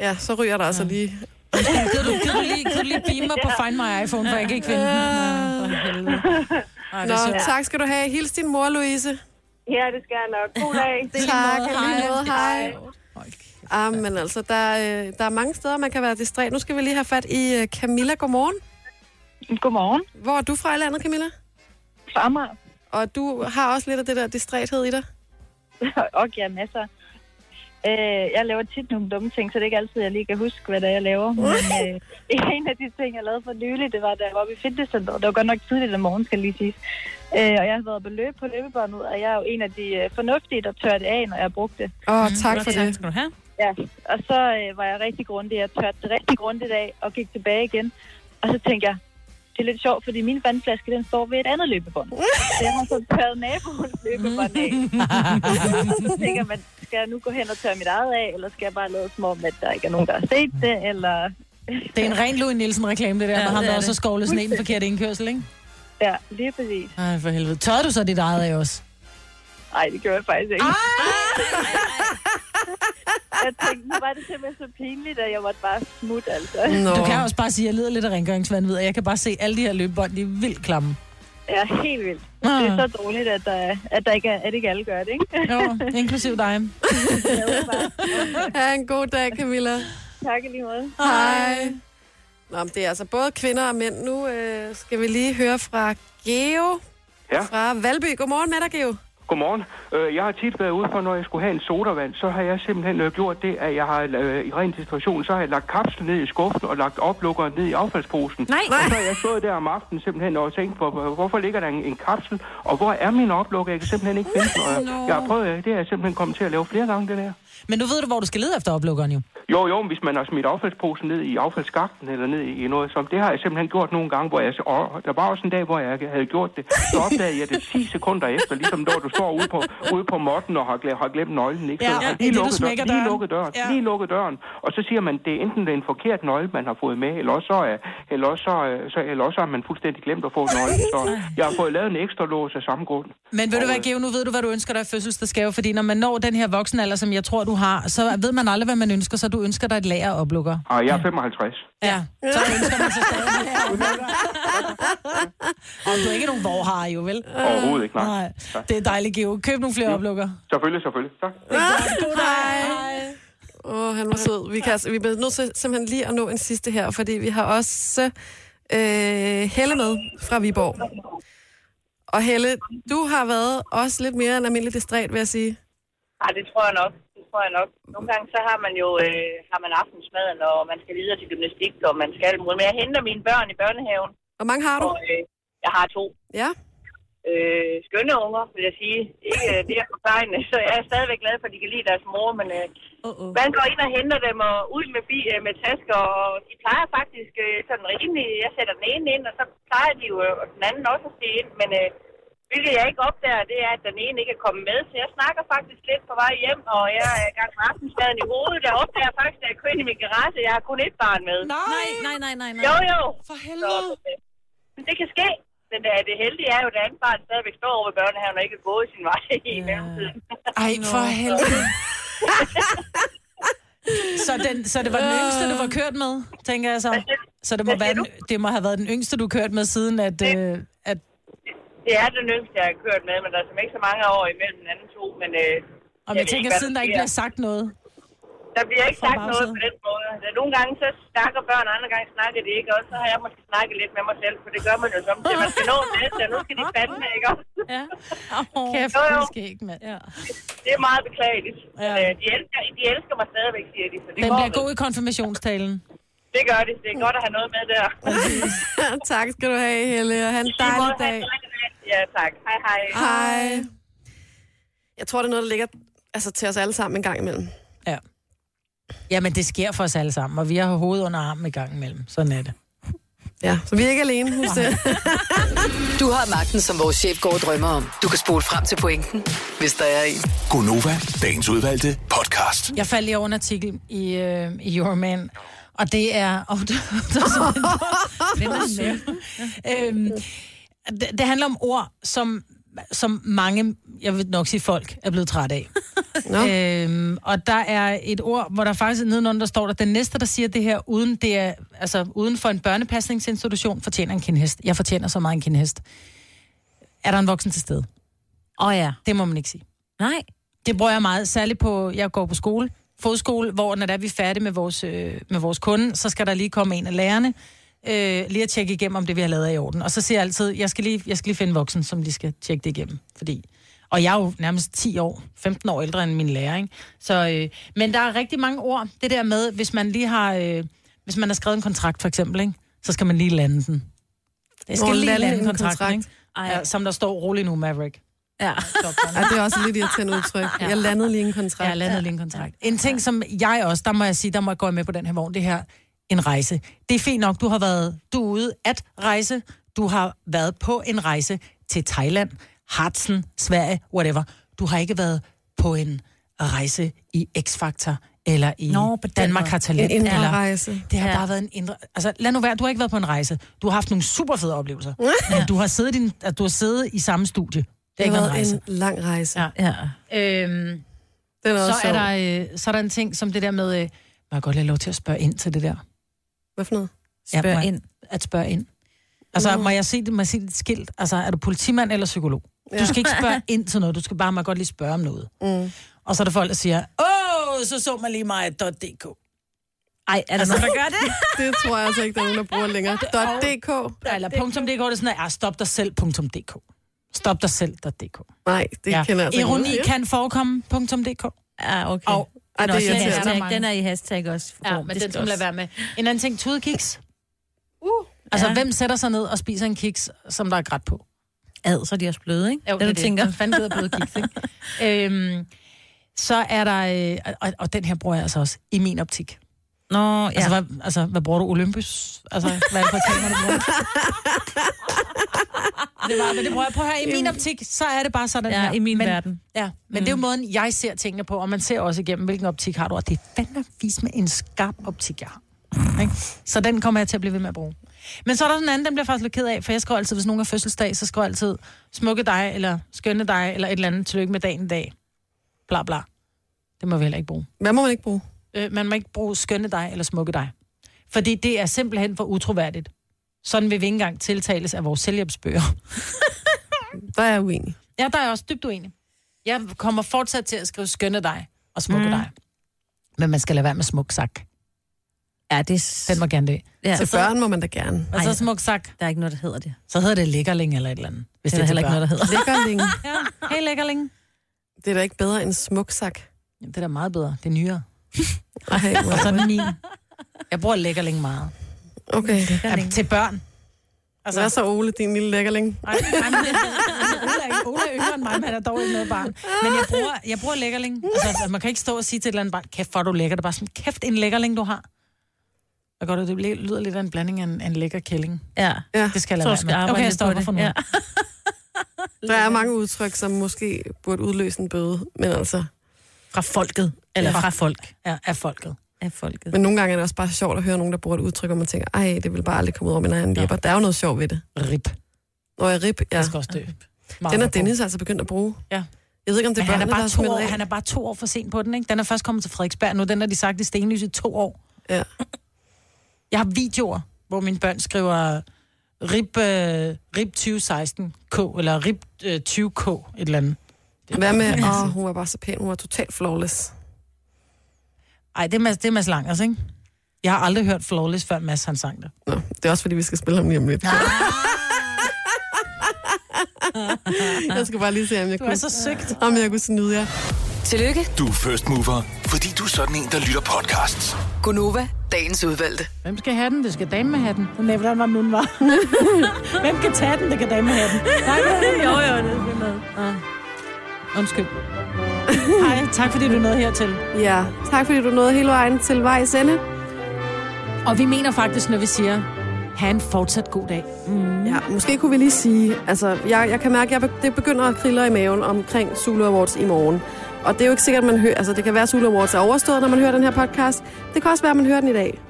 ja, så ryger der altså lige...
Kan du, kan du, lige, kan du lige beame mig på Find My iPhone, for jeg kan ikke finde den. Nå, for
(laughs)
helvede. Ej, det
Nå,
er sødt.
tak skal du have. Hils din mor, Louise.
Ja, det skal jeg nok. God dag.
(laughs) Tak, måde, hej. Måde, hej.
Hold kæft.
Ah, men altså, der, er, øh, der er mange steder, man kan være distræt. Nu skal vi lige have fat i øh, Camilla. Godmorgen.
Godmorgen.
Hvor er du fra i landet, Camilla?
Fra Amager.
Og du har også lidt af det der distræthed i dig.
(laughs) Og ja, masser. Øh, jeg laver tit nogle dumme ting, så det er ikke altid, jeg lige kan huske, hvad det er, jeg laver. Men øh, (laughs) en af de ting, jeg lavede for nylig, det var, da jeg var oppe i fitnesscenteret. Det var godt nok tidligt om morgenen, skal jeg lige sige. Øh, og jeg har været oppe at løbe på løbebåndet, og jeg er jo en af de øh, fornuftige, der tørrer det af, når jeg har brugt det.
Åh,
Mhm.
oh, tak for
Tak
det.
skal du have.
Ja, og så øh, var jeg rigtig grundig. Jeg tørte det rigtig grundigt af og gik tilbage igen. Og så tænkte jeg, det er lidt sjovt, fordi min vandflaske, den står ved et andet løbebånd. Så jeg har så tørret naboens løbebånd af. så tænker man, skal jeg nu gå hen og tørre mit eget af, eller skal jeg bare lade som om, at der ikke er nogen, der har set det, eller...
Det er en ren Louis Nielsen-reklame, det der, ja,
Ja,
med ham,
det
der
er
også har
det.
skovlet sådan en forkert indkørsel, ikke?
Ja, lige præcis.
Ej, for helvede. Tørrede du så dit eget af også?
Nej, det gjorde jeg faktisk ikke.
Ah!
Jeg tænkte, nu var det simpelthen så pinligt, at jeg måtte bare smutte, altså.
Nå.
Du kan også bare sige, at jeg lider lidt af rengøringsvandvid, og jeg kan bare se alle de her løbebånd, de er vildt klamme.
Ja, helt vildt.
Ah.
Det er så dårligt, at, der, at, der ikke, er, at ikke alle gør det, ikke?
Jo, inklusiv dig.
(laughs) Ha' en god dag, Camilla.
Tak i lige måde.
Hej. Nå, men det er altså både kvinder og mænd. Nu øh, skal vi lige høre fra Geo
Ja.
fra Valby. Godmorgen med dig, Geo.
Godmorgen. Øh, jeg har tit været ude for, når jeg skulle have en sodavand, så har jeg simpelthen øh, gjort det, at jeg har øh, i ren distraktion, så har jeg lagt kapslen ned i skuffen og lagt oplukkeren ned i affaldsposen.
Nej.
Og så har jeg stået der om aftenen simpelthen og tænkt, hvor, hvor- hvorfor ligger der en, en kapsel, og hvor er min oplukker? Jeg kan simpelthen ikke finde den, og jeg, jeg har prøvet, øh, det er jeg simpelthen kommet til at lave flere gange, det der.
Men nu ved du, hvor du skal lede efter oplukkeren jo.
Jo, jo, men hvis man har smidt affaldsposen ned i affaldsskakten eller ned i noget som det har jeg simpelthen gjort nogle gange, hvor jeg, og der var også en dag, hvor jeg havde gjort det, så opdagede jeg det 10 sekunder efter, ligesom når du står ude på, ude på måtten og har, gle- har glemt nøglen, ikke?
Ja,
har
ja,
lige,
det er det, du
lukket
smækker
døren, lige
døren.
lukket døren,
Ja.
ja. lige lukket døren, og så siger man, det er enten den forkerte nøgle, man har fået med, eller også så, er- eller også, så, er- så, eller også så har man fuldstændig glemt at få nøglen, så jeg har fået lavet en ekstra lås af samme grund.
Men ved du hvad, Geo, nu ved du, hvad du ønsker dig i fødselsdagsgave, fordi når man når den her voksenalder, som jeg tror, du har, så ved man aldrig, hvad man ønsker, så du ønsker dig et lager af oplukker.
Og jeg er 55.
Ja. Så ønsker man sig stadig. Og du er ikke nogen vorhar, jo vel?
Overhovedet ikke, nej.
Nej. Det er dejligt, Geo. Køb nogle flere oplukker.
Selvfølgelig, selvfølgelig. Tak.
Hej. Åh, oh, han var sød. Vi, kan, altså- vi bliver nødt til simpelthen lige at nå en sidste her, fordi vi har også øh, Helle med fra Viborg. Og Helle, du har været også lidt mere end almindelig distræt, vil jeg sige.
Nej, Ah, det tror jeg nok. Det tror jeg nok. Nogle gange så har man jo øh, har man aftensmaden, og man skal videre til gymnastik, og man skal alt muligt. Men jeg henter mine børn i børnehaven,
Hvor mange har
og
du?
øh, jeg har to.
Ja.
øh, skønne unger, vil jeg sige. Ikke øh, det er forklejende, så jeg er stadigvæk glad for, at de kan lide deres mor, men øh,
uh-uh.
man går ind og henter dem og ud med, bi, øh, med tasker, og de plejer faktisk øh, sådan rimelig, jeg sætter den ene ind, og så plejer de jo øh, den anden også at stige ind, men øh, hvilket jeg ikke opdager, det er, at den ene ikke er kommet med, så jeg snakker faktisk lidt på vej hjem, og jeg er i gang med aftensmaden i hovedet, jeg opdager faktisk, at jeg kører ind i min garage, jeg har kun et barn med.
Nej, nej, nej, nej, nej.
Jo, jo.
For
helvede. Så, øh, men det kan ske. Men øh, det, det heldige er jo, at det andet barn stadigvæk står over ved børnehaven og ikke er gået sin vej (laughs) i mellemtiden.
Ej, for helvede. (laughs) Så, den, så det var den yngste, du var kørt med, tænker jeg så. Så det må, være den, det må have været den yngste, du kørt med, siden at... Øh, at
Det er den yngste, jeg har kørt med, men der er som ikke så mange år imellem den anden to. Men, øh,
om
ved
jeg tænker,
hvad
siden der ikke
sker.
bliver sagt noget.
Der bliver ikke
fra
sagt noget
bagsiden.
på den måde. Altså, Nogle gange så snakker børn, og andre gange snakker de ikke, og så har jeg måske snakket lidt med mig selv, for det gør man jo samtidig. Man skal nå en masse, og nu skal de fandme, ikke også? (laughs)
Ja.
Oh, Kæft,
Jo,
det
jo.
er skægt, mand. Ja.
Det er meget beklageligt.
Ja.
Ja. De, elsker, de elsker mig stadigvæk, siger de. Så det
Den
går
bliver
vel.
god i konfirmationstalen.
Det gør det. Det er godt at have noget med der.
(laughs) tak skal du have, Helle, og have en dejlig dag.
Ja, tak. Hej, hej.
Hej. Jeg tror, det er noget, der ligger altså, til os alle sammen en gang imellem.
Ja. Jamen, det sker for os alle sammen, og vi har hovedet under armen i gang imellem. Sådan er det.
Ja, så vi er ikke alene, husk det.
Du har magten, som vores chef går og drømmer om. Du kan spole frem til pointen, hvis der er en.
Gonova, dagens udvalgte podcast.
Jeg faldt lige over en artikel i, øh, i Your Man, og det er... Oh, der, der er
(laughs)
sådan,
Hvem er søn?
øhm, det, det handler om ord, som, som mange, jeg vil nok sige folk, er blevet træt
(laughs)
af.
Nå.
Øhm, og der er et ord, hvor der faktisk nedenunder, der står der, den næste, der siger det her, uden, det er, altså, uden for en børnepasningsinstitution, fortjener en kindhest. Jeg fortjener så meget en kindhest. Er der en voksen til stede?
Åh oh, ja.
Det må man ikke sige.
Nej.
Det bruger jeg meget, særligt på, jeg går på skole, fodskole, hvor når der er vi er færdige med vores, øh, med vores kunde, så skal der lige komme en af lærerne, øh, lige at tjekke igennem, om det vi har lavet er i orden. Og så siger jeg altid, jeg skal lige, jeg skal lige finde voksen, som lige skal tjekke det igennem. Fordi, og jeg er jo nærmest 10 år, 15 år ældre end min lærer, ikke? Så, øh, men der er rigtig mange ord. Det der med, hvis man lige har, øh, hvis man har skrevet en kontrakt for eksempel, ikke? så skal man lige lande den. Jeg skal
Nå,
lige
lande
lande
en
kontrakten,
kontrakt.
kontrakt.
Ej.
Ikke? Ja, som der står roligt nu, Maverick.
Ja.
Ja, det er også et lidt irriterende udtryk. Jeg landede lige en kontrakt.
Jeg har landet ja. lige en kontrakt. En ting, som jeg også, der må jeg sige, der må jeg gå med på den her vogn, det her, en rejse. Det er fint nok, du har været, du er ude at rejse, du har været på en rejse til Thailand, Hartsen, Sverige, whatever. Du har ikke været på en rejse i X-Factor, eller i
Nå,
Nå,
på den
Danmark
måde.
har talent.
En indre
eller,
rejse.
Det har
Ja.
ja. bare været en indre... Altså, lad nu være, du har ikke været på en rejse. Du har haft nogle super fede oplevelser. Men du har siddet, i din, at du har siddet i samme studie. Det har
Det
ikke
har
været en
været
rejse.
en lang rejse.
Ja.
Ja.
Ja.
Øhm,
Den er
så
også
er,
sjov.
der, øh, så er der en ting som det der med, øh, må jeg godt have lov til at spørge ind til det der?
Hvad for noget?
Ja, må
Spørg
jeg-
ind.
At spørge ind. Altså,
Nå.
må jeg se det, må jeg se det skilt? Altså, er du politimand eller psykolog? Ja. Du
Ja.
skal ikke
(laughs)
spørge ind til noget, du skal bare, må jeg godt lige spørge om noget.
Mm.
Og så er der folk, der siger, åh, så så man lige mig .dk.
Ej, er der
Altså,
nogen, der gør det?
(laughs) Det tror jeg altså ikke, der er nogen, der bruger længere. .dk?
Eller punktum .dk, det er sådan, ja, stop dig selv, punktum .dk. Stop dig selv, .dk.
Nej, det
Ja.
kender jeg altså
Ironi
ikke.
kan forekomme, punktum .dk.
Ja, okay.
Og-
Ej,
den, er
det
også i
irriterer mig.
hashtag,
mange.
den er i hashtag også.
Ja,
Gorm.
men
Det
den
skal
skal man lade
også-
være med. En anden ting, tudekiks. Uh, altså,
Ja.
ja. hvem sætter sig ned og spiser en kiks, som der er grædt på?
Ad, så er de også bløde, ikke?
Jo,
det, du tænker.
Hvem fanden gider både kiks, ikke? (laughs) øhm, så er der... Øh, og, og, den her bruger jeg altså også i min optik.
Nå, ja.
Ja. Altså, hvad, altså, hvad bruger du? Olympus? Altså, hvad er det for et kamera, du bruger? (laughs) det var, men det bruger jeg på her. I min optik, så er det bare sådan
Ja,
her.
i min
men,
verden.
Ja, men mm. det er jo måden, jeg ser tingene på, og man ser også igennem, hvilken optik har du. Og det er fandme fis med en skarp optik, jeg har. Ikke? Så den kommer jeg til at blive ved med at bruge. Men så er der sådan en anden, den bliver jeg faktisk lidt ked af, for jeg skriver altid, hvis nogen har fødselsdag, så skriver jeg altid, smukke dig, eller skønne dig, eller et eller andet, tillykke med dagen i dag. Bla bla. Det må vi heller ikke bruge
Hvad må man ikke bruge?
øh, man må ikke bruge skønne dig eller smukke dig. Fordi det er simpelthen for utroværdigt. Sådan vil vi ikke engang tiltales af vores
(laughs)
selvhjælpsbøger.
Der er jeg uenig.
Ja, der er jeg også dybt uenig. Jeg kommer fortsat til at skrive skønne dig og smukke mm. dig. Men man skal lade være med smuk sak.
ja, det er... s-
Den må gerne det.
ja.
Til børn må man da gerne.
Og så Altså, smuk sak,
Der er ikke noget, der hedder det.
så hedder det lækkerling eller et eller andet. Hvis
Det er der
til
heller
børn.
ikke noget, der hedder.
Lækkerling.
Ja, hey lækkerling.
Det er da ikke bedre end smuksak.
Jamen, det er da meget bedre. Det er nyere.
Ej, hvor-
Og så er den min. Jeg bruger lækkerling meget.
Okay. (laughs)
Ja, til børn.
Altså... Hvad så, Ole, din lille lækkerling?
Nej, nej, men Ole er- Ole er yngre end mig, men han er dog ikke noget barn. Men jeg bruger, jeg bruger lækkerling. Altså, altså, man kan ikke stå og sige til et eller andet barn, kæft, hvor er du lækker. Det er bare sådan, kæft, en lækkerling, du har. Jeg godt, at det lyder lidt af en blanding af en, af en lækker kælling.
Ja.
Det skal jeg
Så
lade være
skal jeg
med.
arbejde
Okay, jeg
lidt på
stopper
det.
for nu.
Ja.
Der er mange udtryk, som måske burde udløse en bøde, men altså...
Fra folket. Eller fra folk.
Ja, af folket.
Af folket.
Men nogle gange er det også bare sjovt at høre nogen, der bruger et udtryk, og man tænker, ej, det vil bare aldrig komme ud over min egen læber. Der er jo noget sjovt ved det.
Rip.
Nå, jeg rip, ja. Jeg
skal også dø.
Den er Dennis altså begyndt at bruge.
Ja.
Jeg ved ikke, om det er
Men han er,
børnene, der
bare
har
to
smidt
år,
af.
han er bare to år for sent på den, ikke? Den er først kommet til Frederiksberg nu. Den har de sagt i Stenlys i to år.
Ja.
Jeg har videoer, hvor mine børn skriver RIP, øh, RIP 2016K, eller RIP øh, 20K, et eller andet.
Hvad med, åh, oh, hun var bare så pæn, hun var totalt flawless.
Ej, det er Mads, det er Mads Langers, ikke? Jeg har aldrig hørt Flawless, før Mads han sang det.
Nå, det er også fordi, vi skal spille ham lige om lidt.
Ah.
(laughs) jeg skal bare lige se, om jeg
Du er
kunne...
så søgt.
Om jeg kunne snyde jer.
Tillykke.
Du er first mover, fordi du er sådan en, der lytter podcasts.
Gunova, dagens udvalgte.
Hvem skal have den? Det skal dame med hatten. Hun nævner, hvordan hun var. (laughs) Hvem kan tage den? Det kan dame med hatten. Nej, (laughs)
jo, jo, det er med. Ja.
Ah.
(laughs)
Undskyld. Hej, tak fordi du nåede hertil.
Ja, tak fordi du nåede hele vejen til vejs ende.
Og vi mener faktisk, når vi siger, have en fortsat god dag.
Ja, måske kunne vi lige sige, altså, jeg, jeg kan mærke, at jeg, be- det begynder at krille i maven omkring Zulu Awards i morgen. Og det er jo ikke sikkert, at man hører, altså det kan være, at Zulu Awards er overstået, når man hører den her podcast. Det kan også være, at man hører den i dag,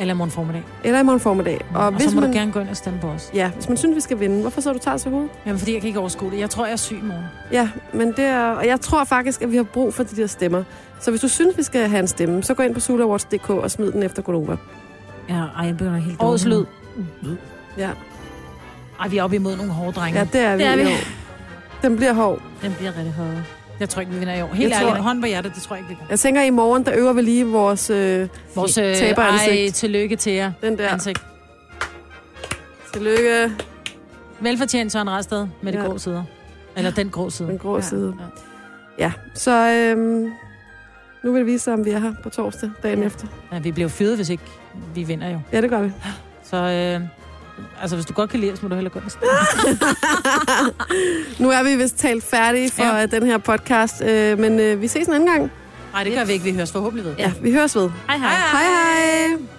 Eller i morgen formiddag.
eller i morgen formiddag. Og,
Og, og så må
man,
man... du gerne gå ind og stemme på os.
Ja, hvis man synes, vi skal vinde, hvorfor så du tager til hovedet?
Jamen, fordi jeg kan ikke overskue det. Jeg tror, jeg er syg i morgen.
Ja, men det er, og jeg tror faktisk, at vi har brug for de der stemmer. Så hvis du synes, vi skal have en stemme, så gå ind på sulawards.dk og smid den efter Gunova.
Ja, ej, jeg begynder helt
Årets
dårlig.
lyd.
Ja,
Ej, vi er oppe imod nogle hårde drenge.
ja det er vi.
Det er vi.
jo. Den bliver hård.
Den bliver rigtig høj.
Jeg tror ikke, vi vinder i år. Helt
Jeg
ærligt,
tror-
hånd på hjertet, det tror jeg ikke, vi gør.
Jeg tænker, at i morgen, der øver vi lige vores, øh,
Vores øh, ej,
taberansigt.
tillykke til jer.
Den der.
Ansigt.
Tillykke.
Velfortjent Søren Rasted med ja.
Ja.
de grå sider. Eller den grå side.
Den grå
ja.
ja. side. Ja, så øhm, nu vil det vise sig, om vi er her på torsdag dagen
Ja.
ja. efter.
Ja, vi bliver fyret, hvis ikke vi vinder jo.
Ja, det gør vi.
Så øh, altså, hvis du godt kan lide os, må du hellere gå ind og
Ah!
stemme.
Nu er vi vist talt færdige for
Ja.
ja. den her podcast, øh, men øh, vi ses en anden gang.
Nej, det gør vi ikke. Vi høres forhåbentlig ved.
Ja, vi høres ved.
Hej, hej.
Hej hej!